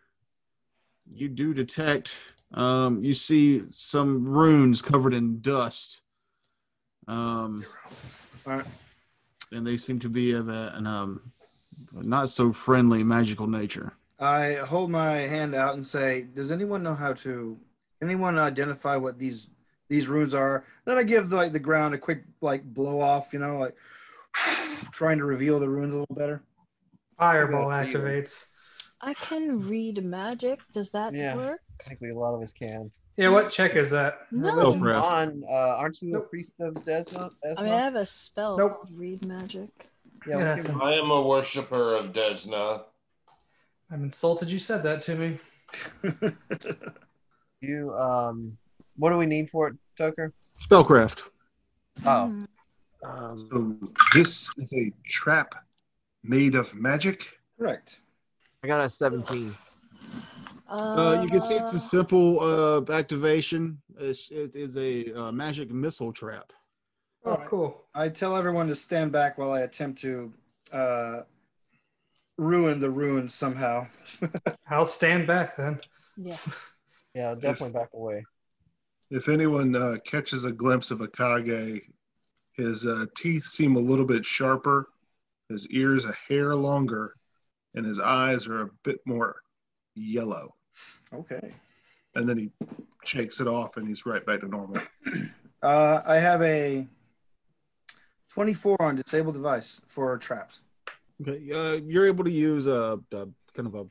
S7: you do detect. Um, you see some runes covered in dust. Um,
S6: Alright.
S7: and they seem to be of a, an um, not so friendly magical nature.
S6: I hold my hand out and say, "Does anyone know how to? Anyone identify what these these runes are?" Then I give like the ground a quick like blow off, you know, like trying to reveal the runes a little better.
S3: Fireball
S5: Look at you.
S3: activates.
S8: I can read magic. Does that
S5: Yeah.
S8: work?
S5: I think we a lot of us can.
S3: Yeah, what check is that?
S8: No.
S7: Oh,
S3: Religion?
S7: crap.
S5: Ron, uh, aren't you a
S3: Nope.
S5: priest of Desmond?
S8: I mean, I have a spell
S3: Nope.
S8: called read magic.
S3: Yeah,
S10: we
S3: that's
S10: can-
S3: a-
S9: I am a worshiper of Desna.
S3: I'm insulted you said that to me.
S5: You um, what do we need for it, Joker?
S7: Spellcraft.
S5: Oh,
S8: Mm.
S5: um,
S2: So Oh, this is a trap made of magic.
S6: Correct.
S5: I got a seventeen.
S7: Uh, you can see it's a simple uh, activation. It's, it is a uh, magic missile trap.
S3: Oh, cool.
S6: I tell everyone to stand back while I attempt to uh, ruin the ruins somehow.
S3: I'll stand back then.
S8: Yeah.
S5: Yeah, definitely back away.
S2: If anyone uh, catches a glimpse of Akage, his uh, teeth seem a little bit sharper, his ears a hair longer, and his eyes are a bit more yellow.
S6: okay.
S2: And then he shakes it off and he's right back to normal.
S6: Uh, I have a 24 on disabled device for traps.
S7: Okay, uh, you're able to use a, a kind of a,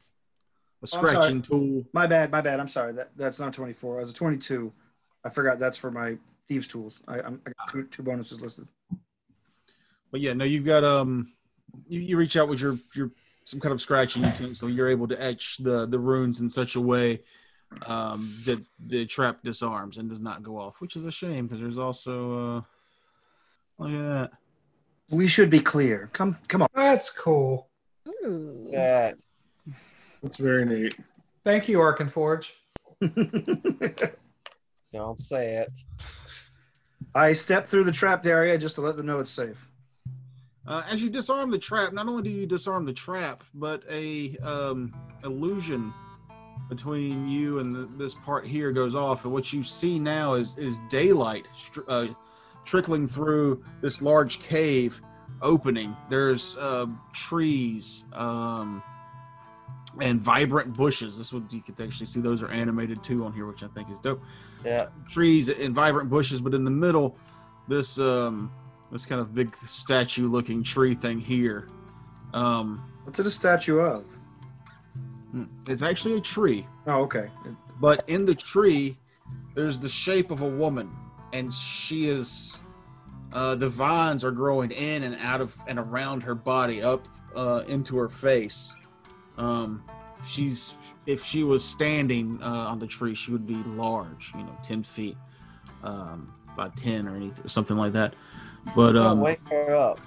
S7: a
S6: sorry.
S7: scratching tool.
S6: My bad, my bad. I'm sorry. That that's not 24. I was a 22. I forgot that's for my thieves tools. I, I'm, I got two, two bonuses listed.
S7: But yeah, no, you've got um, you, you reach out with your your some kind of scratching utensil. You're able to etch the the runes in such a way um, that the trap disarms and does not go off, which is a shame because there's also oh, uh, look at that.
S6: We should be clear. Come come on.
S3: That's cool.
S8: Ooh.
S5: Yeah,
S2: That's very neat.
S3: Thank you, Arkin Forge.
S5: don't say it.
S6: I step through the trapped area just to let them know it's safe.
S7: Uh, as you disarm the trap, not only do you disarm the trap, but a um, illusion between you and the, this part here goes off, and what you see now is is daylight str- uh, trickling through this large cave opening. There's uh, trees um, and vibrant bushes. This one you could actually see; those are animated too on here, which I think is dope.
S10: Yeah.
S7: Trees and vibrant bushes, but in the middle, this. Um, this kind of big statue looking tree thing here. Um,
S6: What's it a statue of?
S7: it's actually a tree,
S6: Oh, okay.
S7: but in the tree, there's the shape of a woman, and she is. Uh, the vines are growing in and out of and around her body, up uh, into her face. Um, she's if she was standing uh, on the tree, she would be large, you know, ten feet um, by ten or anything, something like that. But
S5: Don't
S7: um,
S5: wake her up.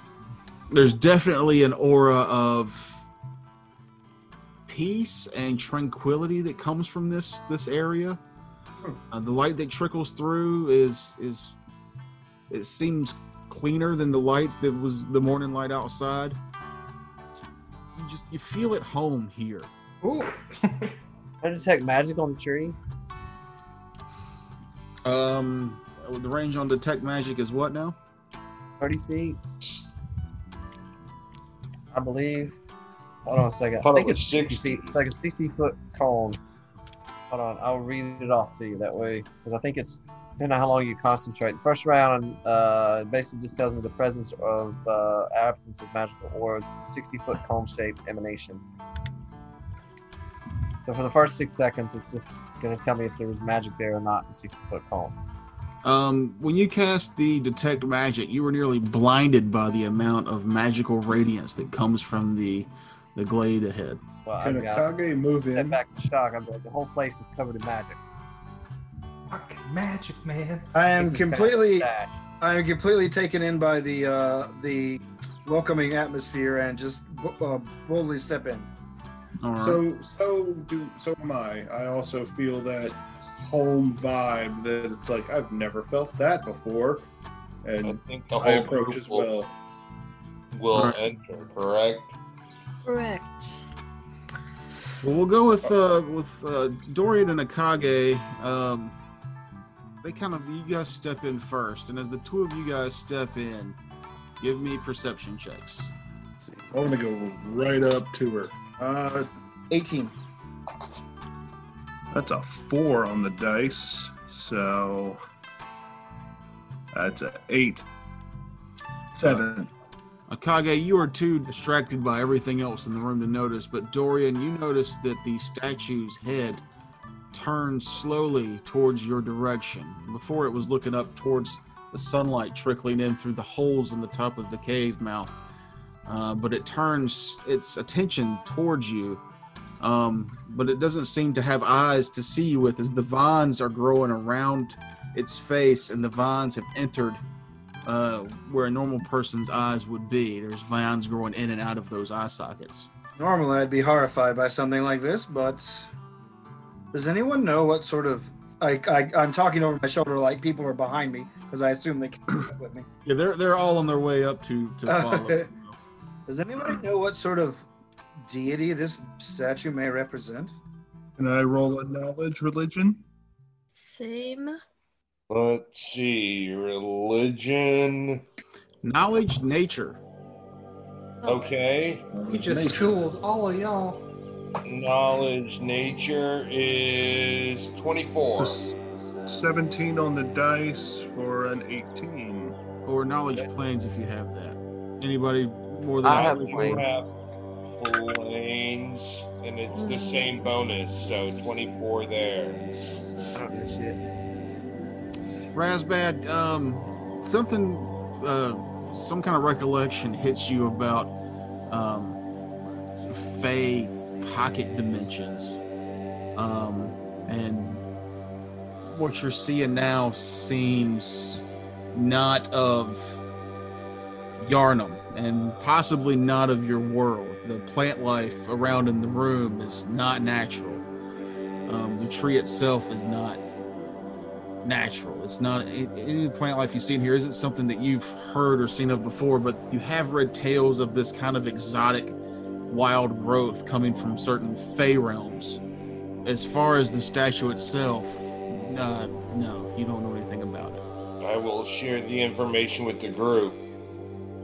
S7: there's definitely an aura of peace and tranquility that comes from this this area. Uh, the light that trickles through is is it seems cleaner than the light that was the morning light outside. You just you feel at home here.
S3: Ooh.
S5: I detect magic on the tree.
S7: Um, the range on detect magic is what now?
S5: Thirty feet, I believe. Hold on a second. I
S9: Thought it
S5: think
S9: was
S5: it's sixty
S9: 60.
S5: feet. It's like a sixty foot cone. Hold on, I'll read it off to you that way because I think it's depending on how long you concentrate. The first round uh, basically just tells me the presence of uh, absence of magical aura. It's a sixty foot cone shaped emanation. So for the first six seconds, it's just going to tell me if there was magic there or not. in The sixty foot cone.
S7: Um, when you cast the detect magic, you were nearly blinded by the amount of magical radiance that comes from the the glade ahead.
S5: Well, I
S2: Can
S5: got
S2: Akage move
S5: step
S2: in?
S5: back in shock. I'm like, the whole place is covered in magic.
S3: Fucking magic, man.
S6: I
S5: This
S6: am
S5: is
S6: completely
S5: fantastic.
S6: I am completely taken in by the uh, the welcoming atmosphere and just bo- uh, boldly step in.
S7: All right.
S2: So so do so am I. I also feel that home vibe that it's like I've never felt that before.
S9: I
S2: And
S9: think the
S2: I
S9: whole
S2: approach
S9: group
S2: as
S9: will,
S2: well.
S9: will
S7: Alright.
S9: enter, correct?
S8: Correct.
S7: well, we'll go with uh, with uh, Dorian and Akage. Um, they kind of you guys step in first, and as the two of you guys step in, give me perception checks. Let's see.
S2: I'm gonna go right up to her.
S6: Uh, 18.
S2: That's a four on the dice, so that's a eight. Seven.
S7: Akage, you are too distracted by everything else in the room to notice, but Dorian, you notice that the statue's head turns slowly towards your direction. Before it was looking up towards the sunlight trickling in through the holes in the top of the cave mouth. uh, but it turns its attention towards you. Um, but it doesn't seem to have eyes to see you with as the vines are growing around its face and the vines have entered uh, where a normal person's eyes would be. There's vines growing in and out of those eye sockets.
S6: Normally, I'd be horrified by something like this, but does anyone know what sort of? I, I I'm talking over my shoulder like people are behind me because I assume they can keep up with me.
S7: Yeah, they're they're all on their way up to to follow.
S6: Does anybody know what sort of deity this statue may represent?
S2: Can I roll a knowledge religion?
S8: Same.
S9: Let's see, religion.
S7: Knowledge, nature.
S9: Okay.
S3: You just schooled all of y'all.
S9: Knowledge, nature is 24.
S2: Just 17 on the dice for an 18.
S7: or knowledge planes if you have that. Anybody more than
S5: I have
S9: You
S5: planes.
S9: have planes, and it's the same bonus, so 24 there.
S7: Razbad, um, something, uh, some kind of recollection hits you about um, Fey pocket dimensions, um, and what you're seeing now seems not of Yarnum, and possibly not of your world. The plant life around in the room is not natural. Um, the tree itself is not natural. It's not a- any plant life you see in here isn't something that you've heard or seen of before, but you have read tales of this kind of exotic wild growth coming from certain fey realms. As far as the statue itself, uh, no, you don't know anything about it.
S9: I will share the information with the group.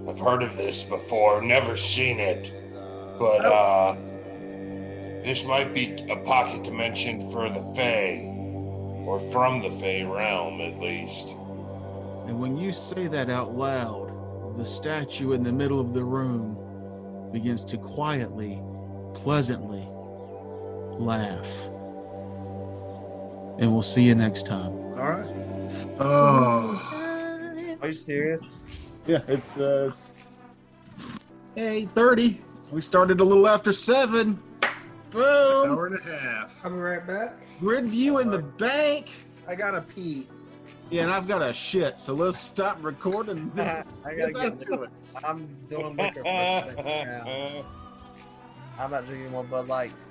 S9: I've heard of this before, never seen it. But uh this might be a pocket dimension for the Fey. Or from the Fey realm at least.
S7: And when you say that out loud, the statue in the middle of the room begins to quietly, pleasantly laugh. And we'll see you next time.
S6: All right.
S2: Oh,
S5: Are you serious?
S4: Yeah, it's uh, it's-
S7: Hey, 30. We started a little after 7. Boom.
S2: hour and a half.
S3: I'll be right back.
S7: Grid view in the bank.
S6: I gotta pee.
S7: Yeah, and I've got a shit, so let's stop recording.
S10: I gotta
S7: Get
S10: get
S7: back to it.
S10: I'm doing liquor first thing. Yeah. I'm not drinking one Bud Lights.